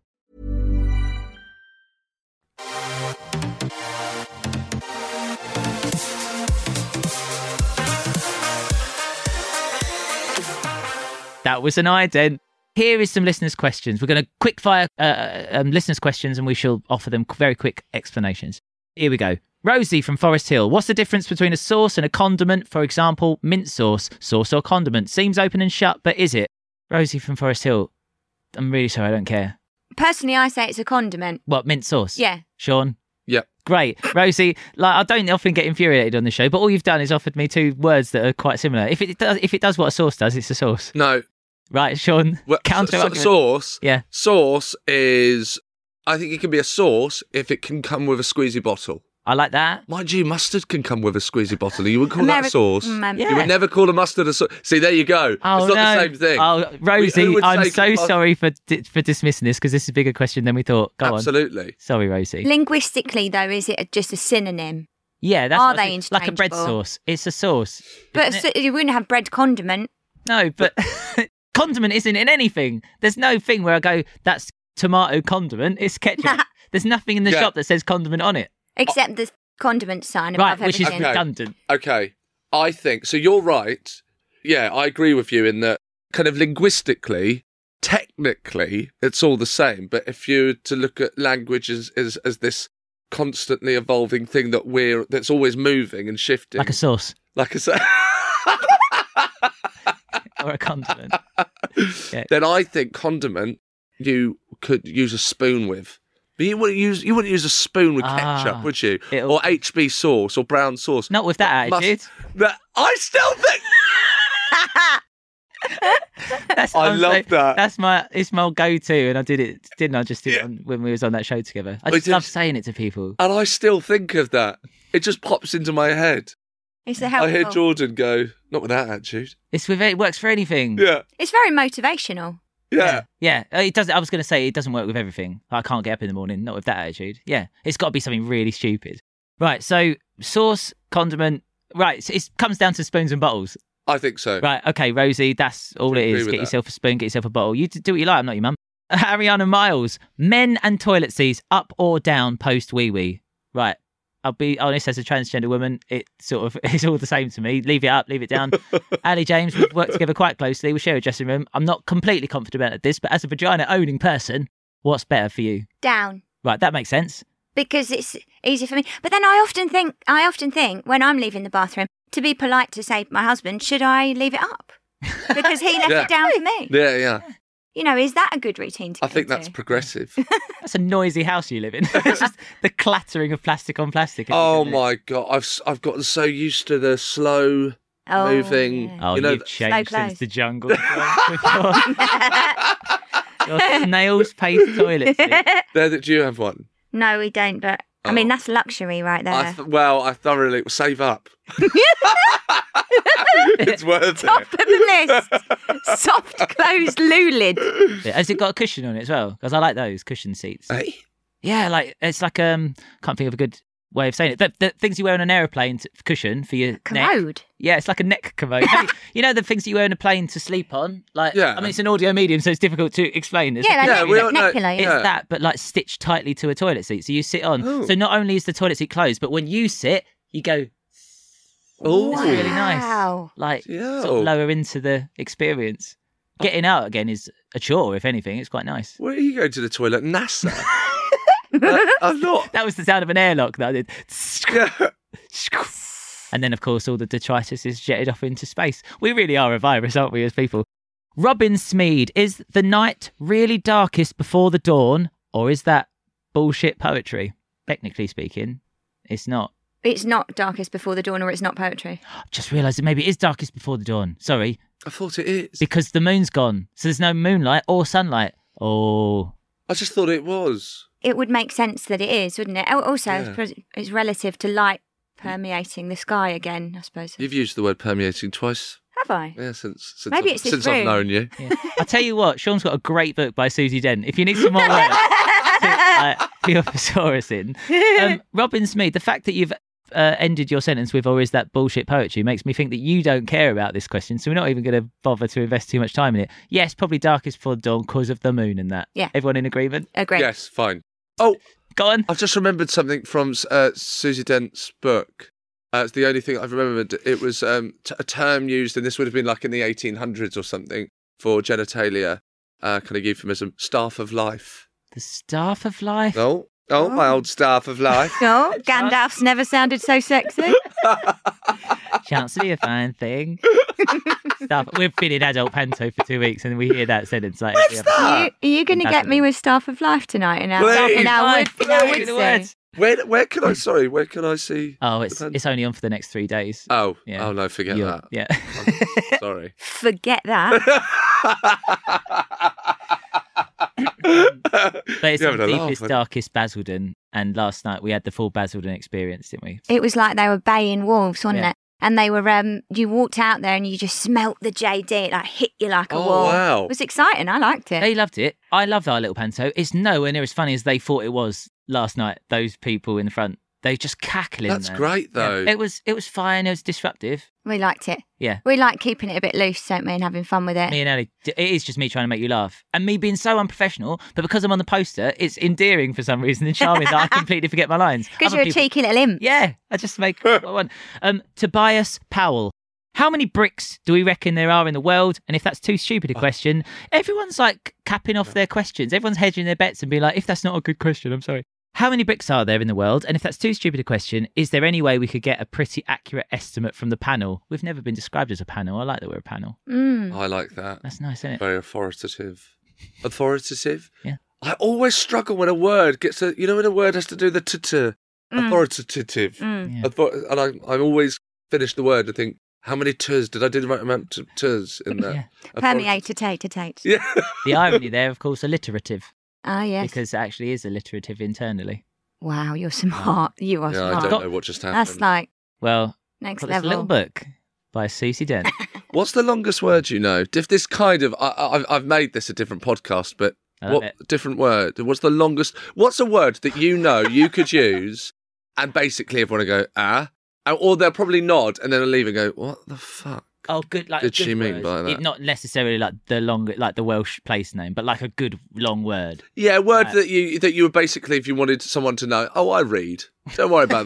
S1: That was an ident. Here is some listeners' questions. We're going to quick fire uh, um, listeners' questions, and we shall offer them very quick explanations. Here we go. Rosie from Forest Hill. What's the difference between a sauce and a condiment? For example, mint sauce, sauce or condiment. Seems open and shut, but is it? Rosie from Forest Hill. I'm really sorry, I don't care.
S2: Personally, I say it's a condiment.
S1: What mint sauce?
S2: Yeah.
S1: Sean.
S3: Yep.
S1: Great, Rosie. Like I don't often get infuriated on the show, but all you've done is offered me two words that are quite similar. If it does, if it does what a sauce does, it's a sauce,
S3: No.
S1: right, Sean?
S3: Well,
S1: counter
S3: s- s- sauce.
S1: Yeah.
S3: Sauce is. I think it can be a sauce if it can come with a squeezy bottle.
S1: I like that.
S3: Mind you, mustard can come with a squeezy bottle. You would call that
S2: Ameri-
S3: sauce.
S2: Mm, um,
S1: Yeah.
S3: You would never call a mustard a sauce. See, there you go.
S1: Oh
S3: it's not
S1: no!
S3: the same thing.
S1: Oh,
S3: We- who
S1: Rosie,
S3: would
S1: I'm
S3: say
S1: so
S3: mustard-
S1: sorry for di- for dismissing this because this is a bigger question than we thought. Go on.
S3: Absolutely.
S1: Sorry, Rosie.
S2: Linguistically, though, is it a- just a synonym?
S1: yeah, that's
S2: Are
S1: what I
S2: they
S1: think. like a bread
S2: interchangeable?
S1: sauce. It's a sauce.
S2: But
S1: isn't
S2: so, you wouldn't have bread condiment.
S1: it? no, but condiment isn't in anything. There's no thing where I go that's tomato condiment. It's ketchup. There's nothing in the
S3: Yeah.
S1: shop that says condiment on it.
S2: Except the condiment sign
S1: Oh. Right,
S2: above
S1: which is
S2: everything.
S3: Okay.
S1: redundant.
S3: Okay. I think so you're right. Yeah, I agree with you in that kind of linguistically, technically, it's all the same, but if you were to look at language as, as as this constantly evolving thing that we're that's always moving and shifting.
S1: Like a sauce
S3: like I said
S1: or a condiment. Yeah.
S3: then I think condiment you could use a spoon with. But You wouldn't use you wouldn't use a spoon with ketchup,
S1: Ah,
S3: would you?
S1: it'll-
S3: Or HB sauce or brown sauce.
S1: Not with that
S3: Must-
S1: attitude.
S3: that- I still think
S1: That's,
S3: I
S1: I'm
S3: love
S1: so-
S3: that.
S1: That's my it's my go to, and I did it, didn't I? Just did it
S3: Yeah.
S1: on, when we was on that show together. I
S3: We
S1: just
S3: did.
S1: love saying it to people.
S3: And I still think of that. It just pops into my head.
S2: It's a helpful.
S3: I hear Jordan go, not with that attitude.
S1: It's with it works for anything.
S3: Yeah.
S2: It's very motivational.
S3: Yeah.
S1: yeah. Uh, It does. I was going to say it doesn't work with everything. I can't get up in the morning, not with that attitude. Yeah, it's got to be something really stupid. Right. So sauce, condiment. Right. So it comes down to spoons and bottles.
S3: I think so.
S1: Right. Okay, Rosie. That's all it
S3: Agree
S1: is.
S3: with
S1: Get
S3: that.
S1: yourself a spoon. Get yourself a bottle. You d- do what you like. I'm not your mum. Ariana Miles. Men and toilet seats up or down post wee wee. Right. I'll be honest. As a transgender woman, it sort of it's all the same to me. Leave it up. Leave it down. Ali James. We've worked together quite closely. We share a dressing room. I'm not completely confident about this, but as a vagina owning person, what's better for you?
S2: Down.
S1: Right. That makes sense.
S2: Because it's easy for me. But then I often think I often think when I'm leaving the bathroom, to be polite to say my husband, should I leave it up? Because he left
S3: Yeah.
S2: it down for me.
S3: Yeah, yeah.
S2: You know, is that a good routine to
S3: I
S2: get
S3: think that's
S2: into?
S3: progressive.
S1: That's a noisy house you live in. it's just the clattering of plastic on plastic. isn't
S3: oh
S1: it?
S3: my god, I've s- I've gotten so used to the slow
S2: Oh,
S3: moving.
S2: yeah.
S1: Oh,
S3: you know,
S1: have changed
S2: Slow
S1: since
S2: close.
S1: the jungle. your, your snail's paced toilet seat.
S3: there that you have one.
S2: No, we don't. But I mean, that's luxury right there.
S3: Oh. I th- well, I thoroughly save up. it's worth
S2: Top
S3: it.
S2: of the list. Soft closed lulid.
S1: Yeah, Has it got a cushion on it as well? Because I like those cushion seats.
S3: Hey?
S1: Yeah, like it's like um, can't think of a good way of saying it. The, the things you wear on an aeroplane t- cushion for your neck.
S2: Commode.
S1: Yeah, it's like a neck commode. Hey, you know the things that you wear on a plane to sleep on. Like,
S3: Yeah.
S1: I mean, it's an audio medium, so it's difficult to explain. It's
S2: Yeah, like
S3: Yeah,
S2: neck,
S3: we all know-
S2: neck pillow.
S1: It's
S3: yeah.
S1: that, but like stitched tightly to a toilet seat. So you sit on. So not only is the toilet seat closed, but when you sit, you go
S3: Oh,
S1: It's really nice.
S2: Wow.
S1: Like
S3: Yeah.
S1: sort of lower into the experience. Getting out again is a chore, if anything. It's quite nice.
S3: where are you going to the toilet? NASA. I- I'm not.
S1: That was the sound of an airlock that I did.
S3: Yeah.
S1: And then, of course, all the detritus is jetted off into space. We really are a virus, aren't we, as people? Robin Smead, is the night really darkest before the dawn, or is that bullshit poetry? Technically speaking, it's not.
S2: It's not darkest before the dawn, or it's not poetry.
S1: Just realised that maybe it is darkest before the dawn. Sorry,
S3: I thought it is.
S1: because the moon's gone, so there's no moonlight or sunlight. Oh,
S3: I just thought it was.
S2: It would make sense that it is, wouldn't it? Al- Also, I
S3: Yeah.
S2: suppose it's relative to light permeating the sky again. I suppose.
S3: You've used the word permeating twice.
S2: Have I?
S3: Yeah, since since,
S2: Maybe
S3: I've,
S2: it's this
S3: since
S2: room.
S3: I've known you.
S1: Yeah. I'll tell you what, Sean's got a great book by Susie Dent. If you need some more work, uh, for your thesaurus in.
S2: uh,
S1: Um, Robin Smead, the fact that you've uh, ended your sentence with, or is that bullshit poetry, makes me think that you don't care about this question, so we're not even going to bother to invest too much time in it. Yes, probably darkest before dawn because of the moon and that.
S2: Yeah.
S1: Everyone in agreement?
S2: Agree.
S3: Yes, fine. Oh,
S1: Go on.
S3: I've just remembered something from uh, Susie Dent's book. Uh, it's the only thing I've remembered. It was um, t- a term used, and this would have been like in the 1800s or something for genitalia, uh, kind of euphemism, staff of life.
S1: The staff of life.
S3: Oh, oh, my old staff of life.
S2: No, Gandalf's never sounded so sexy.
S1: Chance to be a fine thing. Staff. We've been in adult panto for two weeks and we hear that sentence like every other-
S2: Are you, are you going to get me
S1: Fantastic.
S2: with Staff of Life tonight? In our,
S3: Please,
S2: in our, wood, in our
S1: Fine,
S2: wood
S1: the
S2: scene?
S1: words.
S3: Where, where can I? Sorry, where can I see?
S1: Oh, it's
S3: the pen-
S1: it's only on for the next three days.
S3: Oh,
S1: Yeah.
S3: oh no, forget
S1: You're-
S3: that.
S1: Yeah.
S3: Sorry.
S2: Forget that.
S1: But it's
S3: You
S1: the
S3: having a laugh, eh?
S1: deepest,
S3: aren't you?
S1: darkest Basildon. And last night we had the full Basildon experience, didn't we?
S2: it was like they were baying wolves, wasn't
S1: Yeah.
S2: it? And they were, um, you walked out there and you just smelt the JD, it like hit you like a
S3: Oh,
S2: wall.
S3: wow.
S2: It was exciting. I liked it.
S1: They loved it. I loved our little panto. It's nowhere near as funny as they thought it was last night. Those people in the front, they just cackling.
S3: That's
S1: there.
S3: great,
S1: Yeah.
S3: though.
S1: It was it was fine. It was disruptive.
S2: We liked it.
S1: Yeah.
S2: We like keeping it a bit loose, don't we, and having fun with it.
S1: Me and Ellie, it is just me trying to make you laugh, and me being so unprofessional. But because I'm on the poster, it's endearing for some reason and charming that I completely forget my lines.
S2: Because
S1: Other
S2: you're a
S1: people-
S2: cheeky little imp.
S1: Yeah, I just make what I want. Um, Tobias Powell. How many bricks do we reckon there are in the world? And if that's too stupid a question, everyone's like capping off their questions. Everyone's hedging their bets and being like, if that's not a good question, I'm sorry. How many bricks are there in the world? And if that's too stupid a question, is there any way we could get a pretty accurate estimate from the panel? We've never been described as a panel. I like that we're a panel.
S2: Mm.
S3: I like that.
S1: That's nice, isn't it?
S3: Very authoritative. Authoritative?
S1: Yeah.
S3: I always struggle when a word gets a, you know, when a word has to do the t t. Authoritative.
S2: Mm.
S1: Yeah.
S3: Author- and I, I always finish the word and think, how many t's did I do the right amount of t's in there?
S1: Yeah.
S3: Author-
S2: Permeate to tate to tate.
S3: Yeah.
S1: The irony there, of course, alliterative,
S2: Ah, yes.
S1: because it actually is alliterative internally.
S2: Wow, you're smart. You are
S3: yeah, I
S2: smart.
S3: don't
S1: Got-
S3: know what just happened.
S2: That's like
S1: Well,
S2: next
S1: well, there's a
S2: level.
S1: little book by Susie Dent.
S3: What's the longest word you know? If this kind of, I, I, I've- I've made this a different podcast, but
S1: I love
S3: what
S1: it.
S3: different word? What's the longest? What's a word that you know you could use, and basically everyone will go ah, and- or they'll probably nod and then they'll leave and go what the fuck?
S1: Oh, good. Like good
S3: Did she mean
S1: words.
S3: by that?
S1: It- not necessarily like the long, like the Welsh place name, but like a good long word.
S3: Yeah, a word
S1: Right.
S3: that you that you were basically if you wanted someone to know. Oh, I read. Don't worry about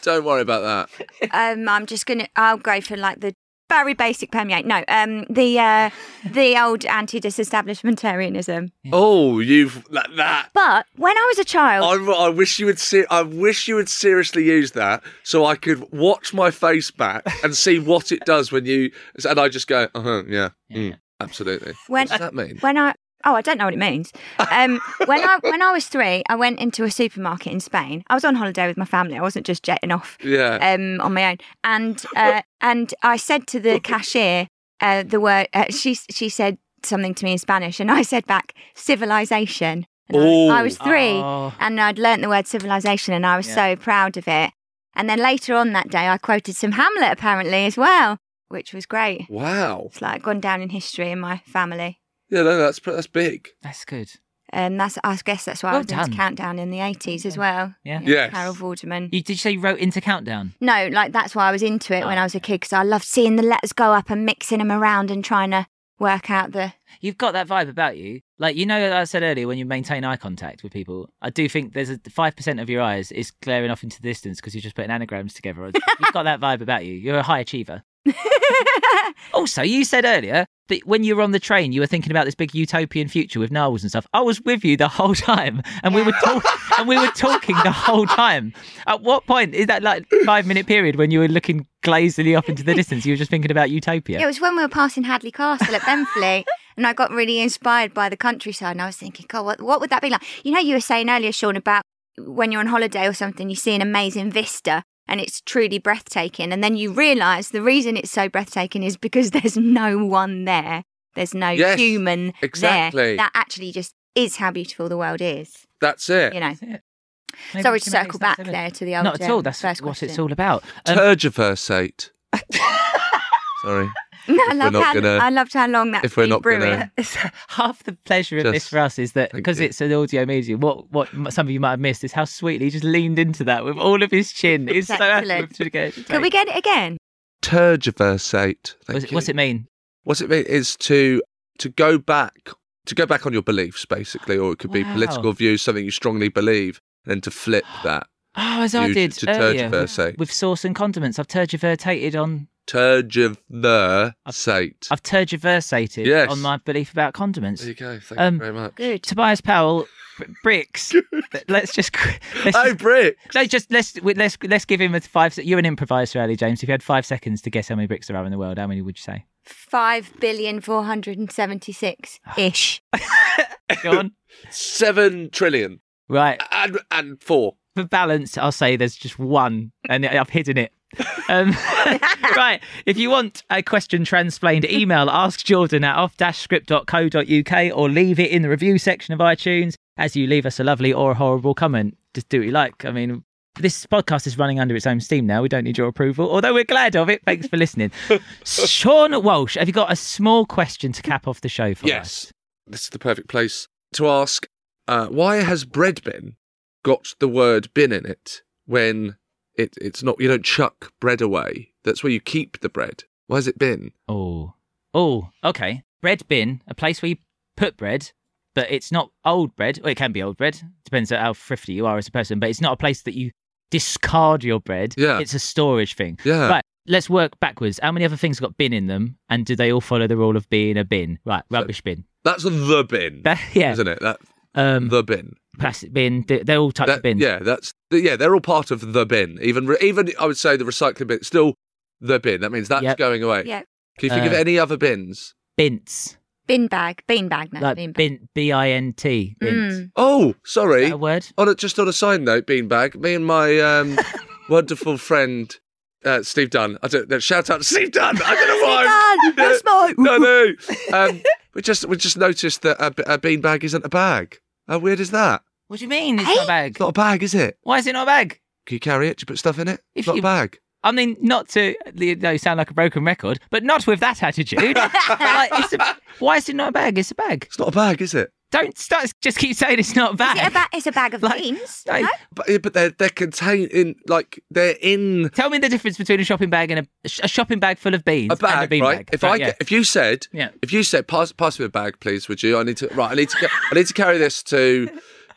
S3: Don't worry about that.
S2: um, I'm just gonna. I'll go for like the very basic permeate. No, um, the uh, the old anti-disestablishmentarianism.
S3: Oh, you've like that.
S2: But when I was a child,
S1: Oh.
S3: I, I wish you would se- I wish you would seriously use that so I could watch my face back and see what it does when you and I just go uh huh "Uh-huh, yeah, mm, absolutely.
S2: When-
S3: what does that mean?
S2: when I Oh, I don't know what it means. Um, when I when I was three, I went into a supermarket in Spain. I was on holiday with my family. I wasn't just jetting off
S3: Yeah.
S2: um, on my own. And uh, and I said to the cashier uh, the word. Uh, she she said something to me in Spanish, and I said back civilization. And I was- I was three,
S1: Oh.
S2: and I'd learnt the word civilization, and I was so proud of it. And then later on that day, I quoted some Hamlet apparently as well, which was great.
S3: Wow.
S2: It's like gone down in history in my family.
S3: Yeah, no, that's that's big.
S1: That's good.
S2: And that's, I guess that's why
S1: Well
S2: I was into
S1: done.
S2: Countdown in the 80s as well.
S1: Yeah.
S3: Yes.
S2: Carol Vorderman.
S1: You, did you say you wrote into Countdown?
S2: No, like that's why I was into it when
S3: Ah,
S2: I was a kid because I loved seeing the letters go up and mixing them around and trying to work out the.
S1: You've got that vibe about you. Like, you know, like I said earlier, when you maintain eye contact with people, I do think there's a 5% of your eyes is glaring off into the distance because you're just putting anagrams together. You've got that vibe about you. You're a high achiever. also, you said earlier that when you were on the train, you were thinking about this big utopian future with Narwhals and stuff. I was with you the whole time, and we were talk- and we were talking the whole time. At what point is that like five minute period when you were looking glazily off into the distance? You were just thinking about utopia.
S2: It was when we were passing Hadley Castle at Benfleet, and I got really inspired by the countryside. And I was thinking, God, what, what would that be like? You know, you were saying earlier, Sean, about when you're on holiday or something, you see an amazing vista and it's truly breathtaking. And then you realise the reason it's so breathtaking is because there's no one there, there's no
S3: Yes,
S2: human there.
S3: exactly.
S2: That actually just is how beautiful the world is,
S3: That's it.
S2: you know.
S1: That's it. Maybe
S2: Sorry
S1: we
S2: to
S1: can make
S2: circle
S1: that
S2: back
S1: seven.
S2: there to the old,
S1: Not at all.
S2: um,
S1: That's
S2: first
S1: what it's
S2: question.
S1: all about. Um,
S3: Tergiversate. Sorry.
S2: I loved,
S3: not
S2: how,
S3: gonna-
S2: I loved how long that
S3: if we're
S2: beat
S3: not
S2: brewing.
S3: gonna-
S1: half the pleasure of this
S3: Just-
S1: for us is that
S3: thank
S1: because
S3: you.
S1: it's an audio medium, what what m- some of you might have missed is how sweetly he just leaned into that with all of his chin. It's so
S2: Excellent.
S1: happy to get. to
S2: Could we
S1: take.
S2: get it again?
S3: Tergiversate. Thank
S1: What's it,
S3: you.
S1: what's it mean?
S3: What's it mean? Is to to go back to go back on your beliefs, basically, or it could be
S1: Wow.
S3: political views, something you strongly believe, and then to flip that.
S1: Oh, as I
S3: You
S1: did
S3: should
S1: earlier
S3: tergiversate.
S1: with sauce and condiments, I've tergiversated on.
S3: Tergiversate.
S1: I've tergiversated
S3: Yes.
S1: on my belief about condiments.
S3: There you go. Thank
S1: Um,
S3: you very much.
S2: Good.
S1: Tobias Powell, br- bricks. Let's just let's
S3: Oh,
S1: just
S3: Brick.
S1: No, just let's we- let's let's give him a five. se- You're an improviser, Ali James. If you had five seconds to guess how many bricks there are in the world, how many would you say?
S2: Five billion four hundred and seventy-six ish.
S1: Go on.
S3: Seven trillion
S1: right.
S3: and and four.
S1: For balance, I'll say there's just one, and I've hidden it. Um, right. If you want a question transplained, email askjordan at off-script.co.uk or leave it in the review section of iTunes. As you leave us a lovely or a horrible comment, just do what you like. I mean, this podcast is running under its own steam now. We don't need your approval, although we're glad of it. Thanks for listening. Sean Walsh, have you got a small question to cap off the show for
S3: Yes.
S1: us?
S3: This is the perfect place to ask uh, why has bread bin got the word bin in it when it, it's not, you don't chuck bread away? That's where you keep the bread. Why has it bin?
S1: Oh, oh, okay. Bread bin, a place where you put bread, but it's not old bread. Well, it can be old bread. Depends on how thrifty you are as a person. But it's not a place that you discard your bread.
S3: Yeah.
S1: it's a storage thing.
S3: Yeah.
S1: Right. Let's work backwards. How many other things got bin in them, and do they all follow the rule of being a bin? Right, rubbish bin.
S3: That's the bin,
S1: That- yeah.
S3: isn't it? That
S1: Um,
S3: the bin.
S1: plastic bin. They- They're all types
S3: That-
S1: of bins.
S3: Yeah, that's yeah. They're all part of the bin. Even re- even I would say the recycling bin still the bin. That means that's
S1: Yep.
S3: going away.
S2: Yeah,
S3: Can you think of
S1: Uh,
S3: any other bins?
S1: Bints.
S2: bin bag, bean bag, no,
S1: like
S2: bean
S1: bin.
S2: bag.
S1: B I N T. Bints.
S2: Mm.
S3: Oh,
S1: Is
S3: sorry.
S1: that a word?
S3: On a, just on a side note, Beanbag, me and my um, wonderful friend uh, Steve Dunn. I don't no, shout out to Steve Dunn. I don't know why.
S2: Done. That's my.
S3: no, no. Um, we just we just noticed that a, b- a beanbag isn't a bag. How weird is that?
S1: What do you mean? It's not a bag.
S3: It's not a bag, is it?
S1: Why is it not a bag?
S3: Can you carry it? Do you put stuff in it?
S1: If
S3: not
S1: you-
S3: a bag.
S1: I mean, not to you know, sound like a broken record, but not with that attitude. Like, it's a- why is it not a bag? It's a bag.
S3: It's not a bag, is it?
S1: Don't start. Just keep saying it's not a bag.
S2: Is it a ba- it's a bag of
S1: Like,
S2: beans.
S1: no.
S2: No?
S3: But yeah, but they're they're contained in like they're in
S1: Tell me the difference between a shopping bag and a, a shopping bag full of beans
S3: a
S1: and a
S3: bag,
S1: bean
S3: right?
S1: bag.
S3: If I
S1: Right, yeah.
S3: get, if you said
S1: Yeah.
S3: if you said pass pass me a bag, please, would you? I need to right. I need to ca- I need to carry this to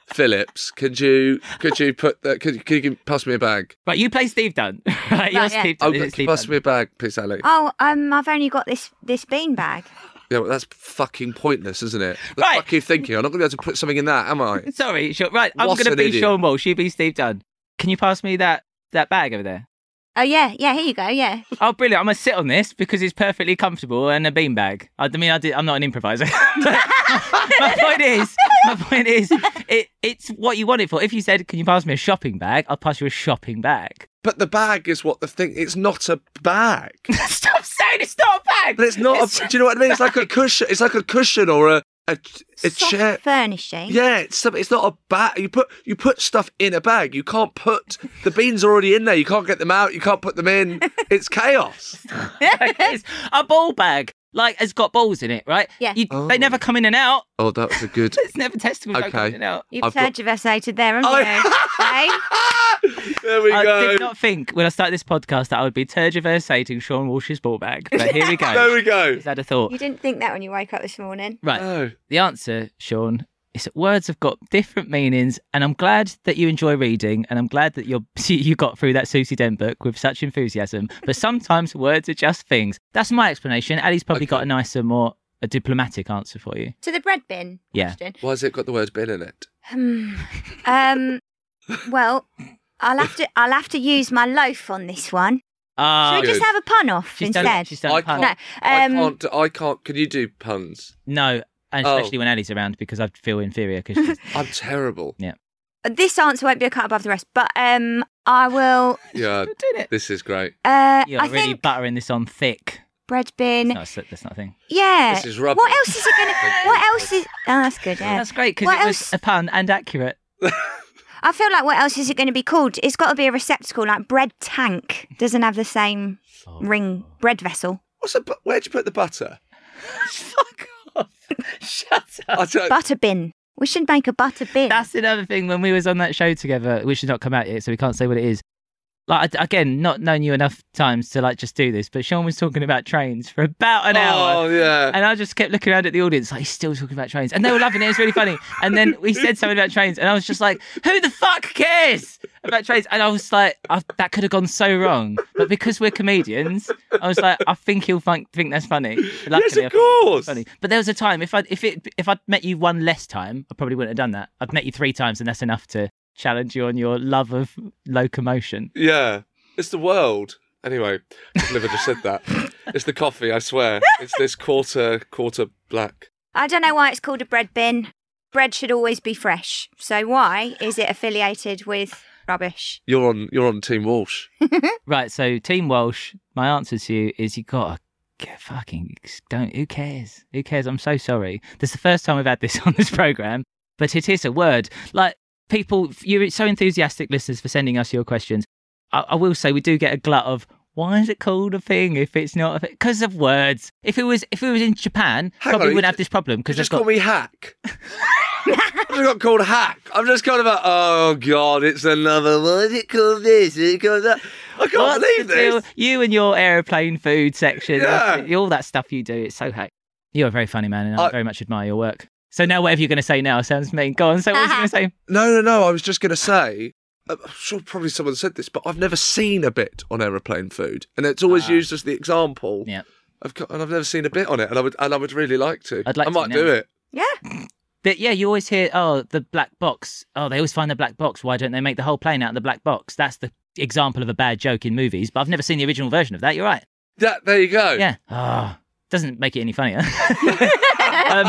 S3: Phillips. Could you could you put the could, could you give- pass me a bag?
S1: right, you play Steve Dunn. right, you're
S2: yeah.
S1: Steve
S3: Oh,
S1: Dunn. it's Steve
S3: pass
S1: Dunn.
S3: me a bag, please, Ali.
S2: Oh, um, I've only got this this bean bag.
S3: Yeah, well, that's fucking pointless, isn't it? What
S1: Right.
S3: The fuck are you thinking? I'm not going to be able to put something in that, am I?
S1: Sorry, sure. Right, I'm
S3: What
S1: going to
S3: an
S1: be
S3: idiot.
S1: Sean Walsh. You be Steve Dunn. Can you pass me that that bag over there?
S2: Oh yeah, yeah. Here you go. Yeah.
S1: Oh, brilliant! I'm gonna sit on this because it's perfectly comfortable and a beanbag. I mean, I did, I'm not an improviser. my point is, my point is, it, it's what you want it for. If you said, "Can you pass me a shopping bag?" I'll pass you a shopping bag.
S3: But the bag is what the thing. It's not a bag.
S1: Stop saying it's not a bag.
S3: But it's not. a, do you know what I mean? It's like a cushion. It's like a cushion or a a, a
S2: Soft
S3: chair.
S2: Furnishing.
S3: Yeah, it's some- it's not a bag. You put you put stuff in a bag. You can't put the beans are already in there. You can't get them out. You can't put them in. It's chaos.
S1: It's a ball bag. Like it's got balls in it, right?
S2: Yeah.
S1: You, They never come in and out.
S3: Oh, that was a good.
S1: It's never testicles don't come
S3: Okay.
S1: in and out.
S2: You've
S3: I've got-
S2: tergiversated there, haven't you? Eh?
S3: there we
S1: I
S3: go.
S1: did not think when I started this podcast that I would be tergiversating Sean Walsh's ball bag, but here we
S3: There
S1: go.
S3: we go.
S1: Is that a thought?
S2: You didn't think that when you woke up this morning.
S1: Right.
S3: Oh,
S1: The answer, Sean, is that words have got different meanings, and I'm glad that you enjoy reading, and I'm glad that you you got through that Susie Dent book with such enthusiasm. But sometimes words are just things. That's my explanation. Ali's probably got a nicer, more a diplomatic answer for you.
S2: To the bread bin.
S1: Yeah.
S2: Question.
S3: why has it got the word bin in it?
S2: Hmm. Um. Well, I'll have to. I'll have to use my loaf on this one.
S1: Ah,
S2: Should we just
S3: good.
S2: have a pun off
S1: she's
S2: instead?
S1: done. She's done. a
S3: I
S1: pun.
S2: no.
S3: can't- I
S2: Um.
S3: can't. do- I can't. Can you do puns?
S1: No, and
S3: Oh.
S1: especially when Ali's around because I feel inferior because she's
S3: I'm terrible.
S2: This answer won't be a cut above the rest, but um, I will.
S3: Yeah, this is great.
S2: Uh,
S1: you're
S2: I
S1: really
S2: think
S1: buttering this on thick.
S2: bread bin.
S1: No, that's that's not a thing.
S2: Yeah.
S3: This is rubbish.
S2: What else is it going to? What else is? Oh, that's good. Yeah.
S1: That's great because
S2: What
S1: it was
S2: else?
S1: a pun and accurate.
S2: I feel like what else is it going to be called? It's got to be a receptacle, like bread tank. Doesn't have the same
S1: Oh.
S2: ring. Bread vessel.
S3: What's a bu- where'd you put the butter?
S1: Fuck off! Shut up.
S3: I don't.
S2: Butter bin. We should make a butter bin.
S1: That's another thing when we was on that show together, which has not come out yet, so we can't say what it is. Like I- again, not knowing you enough times to like just do this, but Sean was talking about trains for about an
S3: Oh
S1: hour.
S3: yeah.
S1: And I just kept looking around at the audience, like he's still talking about trains, and they were loving it. It was really funny. And then we said something about trains, and I was just like, "Who the fuck cares about trains?" And I was like, I, "That could have gone so wrong," but because we're comedians, I was like, "I think he'll think, think that's funny." Luckily,
S3: yes,
S1: I
S3: of
S1: think-
S3: course.
S1: funny. But there was a time if I if it if I'd met you one less time, I probably wouldn't have done that. I've met you three times, and that's enough to challenge you on your love of locomotion.
S3: Yeah, it's the world. Anyway, I've never just said that. It's the coffee, I swear. It's this quarter, quarter black.
S2: I don't know why it's called a bread bin. Bread should always be fresh. So why is it affiliated with rubbish?
S3: You're on, you're on Team Walsh.
S1: Right. So, Team Welsh, my answer to you is you got. to Get fucking don't. Who cares? Who cares? I'm so sorry. This is the first time we've had this on this program, but it is a word. Like people, you're so enthusiastic, listeners, for sending us your questions. I, I will say we do get a glut of why is it called a thing if it's not a thing because of words. If it was, if it was in Japan,
S3: Hang
S1: probably
S3: on, you
S1: wouldn't
S3: ju-
S1: have this problem
S3: You
S1: because they've
S3: just
S1: got.
S3: call me Hack. I just got called Hack. I'm just kind of like, oh god, it's another. What is it called this? Is it called that? I can't
S1: What's
S3: believe
S1: the
S3: this.
S1: deal? You and your aeroplane food section,
S3: Yeah.
S1: all that stuff you do, it's so hack. You're a very funny man, and I,
S3: I-
S1: very much admire your work. So now, whatever you're going to say now sounds mean. Go on, say what you're going to say.
S3: No, no, no. I was just going to say, I'm sure probably someone said this, but I've never seen a bit on aeroplane food, and it's always used as the example.
S1: Ah. Yeah.
S3: I've got, and I've never seen a bit on it, and I would, and I would really like to.
S1: I'd like
S3: I
S1: to
S3: might
S1: now.
S3: do it.
S2: Yeah.
S1: But yeah, you always hear, oh, the black box. Oh, they always find the black box. Why don't they make the whole plane out of the black box? That's the example of a bad joke in movies. But I've never seen the original version of that. You're right.
S3: That there you go.
S1: Yeah.
S3: Ah,
S1: Oh, doesn't make it any funnier. um,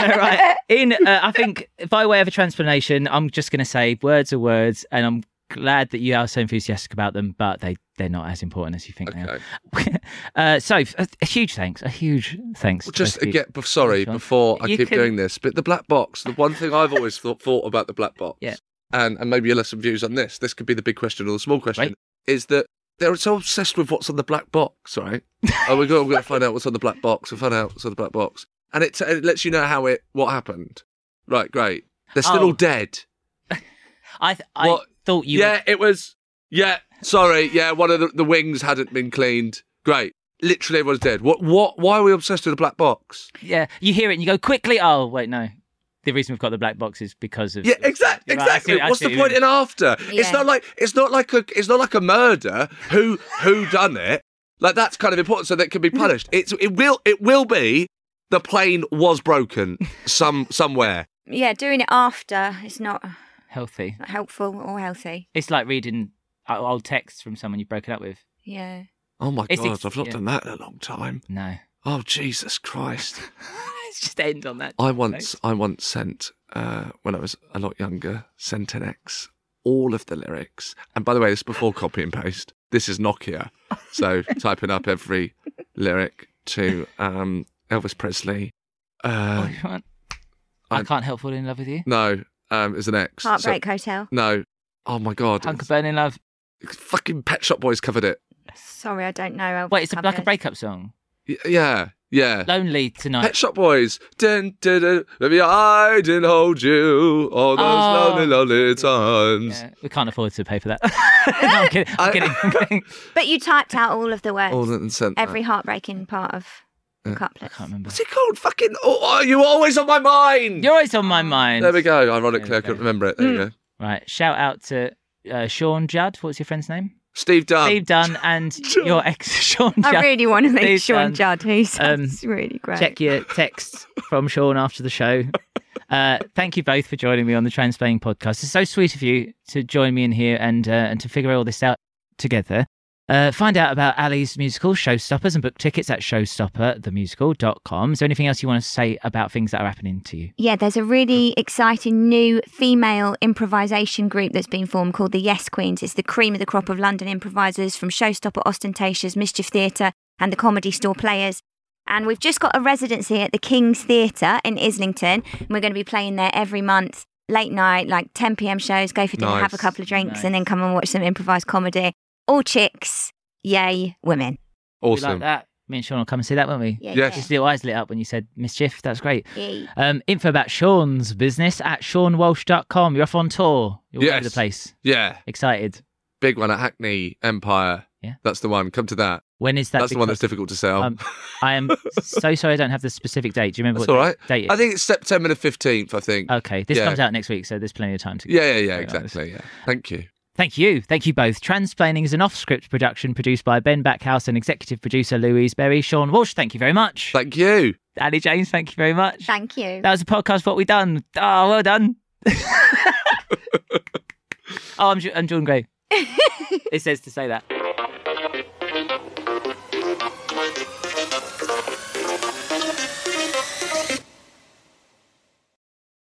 S1: all right. In, uh, I think, by way of a transplantation, I'm just going to say words are words, and I'm glad that you are so enthusiastic about them, but they they're not as important as you think they
S3: Okay.
S1: are. uh, so, a, a huge thanks, a huge thanks.
S3: Well,
S1: to
S3: just
S1: both of you.
S3: again, bef- sorry,
S1: Sean.
S3: before I
S1: You
S3: keep
S1: can-
S3: doing this, but the black box, the one thing I've always thought, thought about the black box,
S1: Yeah.
S3: and, and maybe you'll have some views on this, this could be the big question or the small question,
S1: Right.
S3: is that they're so obsessed with what's on the black box, right? oh, we're going to find out what's on the black box, we'll find out what's on the black box. And it, it lets you know how it, what happened. Right, great. They're still
S1: Oh.
S3: all dead.
S1: I, th- I
S3: What?
S1: thought you.
S3: yeah, it was, yeah, sorry, yeah, one of the, the wings hadn't been cleaned. Great. Literally everyone's dead. What, what, why are we obsessed with the black box?
S1: yeah, you hear it and you go quickly. Oh wait, no. The reason we've got the black box is because of
S3: Yeah, exactly.
S1: You're right, I see
S3: Exactly.
S1: what- I
S3: What's
S1: see
S3: the
S1: what
S3: point
S1: you mean.
S3: in after?
S2: Yeah.
S3: It's not like it's not like a it's not like a murder. Who who done it? Like that's kind of important, so that it can be punished. It's it will it will be the plane was broken some somewhere.
S2: Yeah, doing it after is not
S1: healthy?
S2: helpful or healthy.
S1: It's like reading. o- old texts from someone you've broken up with.
S2: Yeah.
S3: Oh my
S1: It's
S3: god,
S1: ex-
S3: I've not
S1: yeah.
S3: done that in a long time.
S1: No.
S3: Oh Jesus Christ!
S1: Let's just end on that.
S3: I
S1: note.
S3: once, I once sent uh, when I was a lot younger, sent an ex all of the lyrics. And by the way, this is before copy and paste. This is Nokia, so typing up every lyric to um, Elvis Presley.
S1: What
S3: Uh,
S1: do you want? Oh, I
S3: I-
S1: can't help falling in love with you.
S3: no, um, it was an ex. So-
S2: Heartbreak Hotel.
S3: no. Oh my god!
S1: Hunk of burning love.
S3: It's- fucking Pet Shop Boys covered it.
S2: Sorry, I don't know. Elvis
S1: Wait, it's a, like a
S2: covers.
S1: breakup song.
S3: Y- yeah, yeah.
S1: Lonely tonight.
S3: Pet Shop Boys. Dun, dun, dun. Maybe I didn't hold you all those
S1: Oh.
S3: lonely, lonely times.
S1: Yeah, we can't afford to pay for that. no, I'm kidding. I'm
S3: I-
S1: kidding. I'm kidding.
S2: But you typed out all of the words.
S3: All that and sent that.
S2: every heartbreaking part of the
S1: I
S2: couplet.
S1: can't remember.
S3: What's it called? Fucking. Oh, oh, you were always on my mind.
S1: You're always on my mind.
S3: There we go. Ironically,
S1: There
S3: I
S1: we go. Hmm.
S3: couldn't remember it. There you go.
S1: Right. Shout out to uh, Sean Judd. What's your friend's name?
S3: Steve Dunn.
S1: Steve Dunn and your ex, Sean Judd.
S2: I really want to meet
S1: Steve
S2: Sean
S1: Dunn.
S2: Judd. He sounds really great.
S1: um, Check your texts from Sean after the show. Uh, thank you both for joining me on the Transplaying podcast. It's so sweet of you to join me in here and uh, and to figure all this out together. Uh, find out about Ali's musical, Showstoppers, and book tickets at showstopperthemusical.com. Is there anything else you want to say about things that are happening to you?
S2: Yeah, there's a really
S3: Mm.
S2: exciting new female improvisation group that's been formed called the Yes Queens. It's the cream of the crop of London improvisers from Showstopper, Ostentatious, Mischief Theatre, and the Comedy Store Players. And we've just got a residency at the King's Theatre in Islington. And we're going to be playing there every month, late night, like 10 pm shows. Go for dinner, have a
S3: Nice.
S2: couple of drinks,
S1: Nice.
S2: and then come and watch some improvised comedy. All chicks, yay, women.
S1: We like
S3: awesome.
S1: that. Me and Sean will come and see that, won't we?
S2: Yeah,
S3: Yes.
S1: Just your eyes lit up when you said mischief. That's great.
S2: Yay.
S1: Um, info about Sean's business at seanwalsh.com. You're off on tour. You're all
S3: Yes.
S1: over the place.
S3: Yeah.
S1: Excited.
S3: Big one at Hackney Empire.
S1: Yeah.
S3: That's the one. Come to that.
S1: When is that?
S3: that's the one
S1: because-
S3: that's difficult to sell.
S1: Um, I am so sorry I don't have the specific date. Do you remember
S3: that's
S1: what
S3: all right.
S1: date it
S3: I think it's September the 15th, I think.
S1: Okay, this
S3: Yeah.
S1: comes out next week, so there's plenty of time to go.
S3: yeah, yeah, yeah.
S1: Very nice.
S3: Exactly. Yeah. Thank you.
S1: Thank you. Thank you both. Transplaining is an off script production produced by Ben Backhouse and executive producer Louise Berry. Sean Walsh, thank you very much.
S3: Thank you.
S1: Ali James, thank you very much.
S2: Thank you.
S1: That was a podcast, What We Done. Oh, well done. oh, I'm, Ju- I'm Jordan Gray. it says to say that.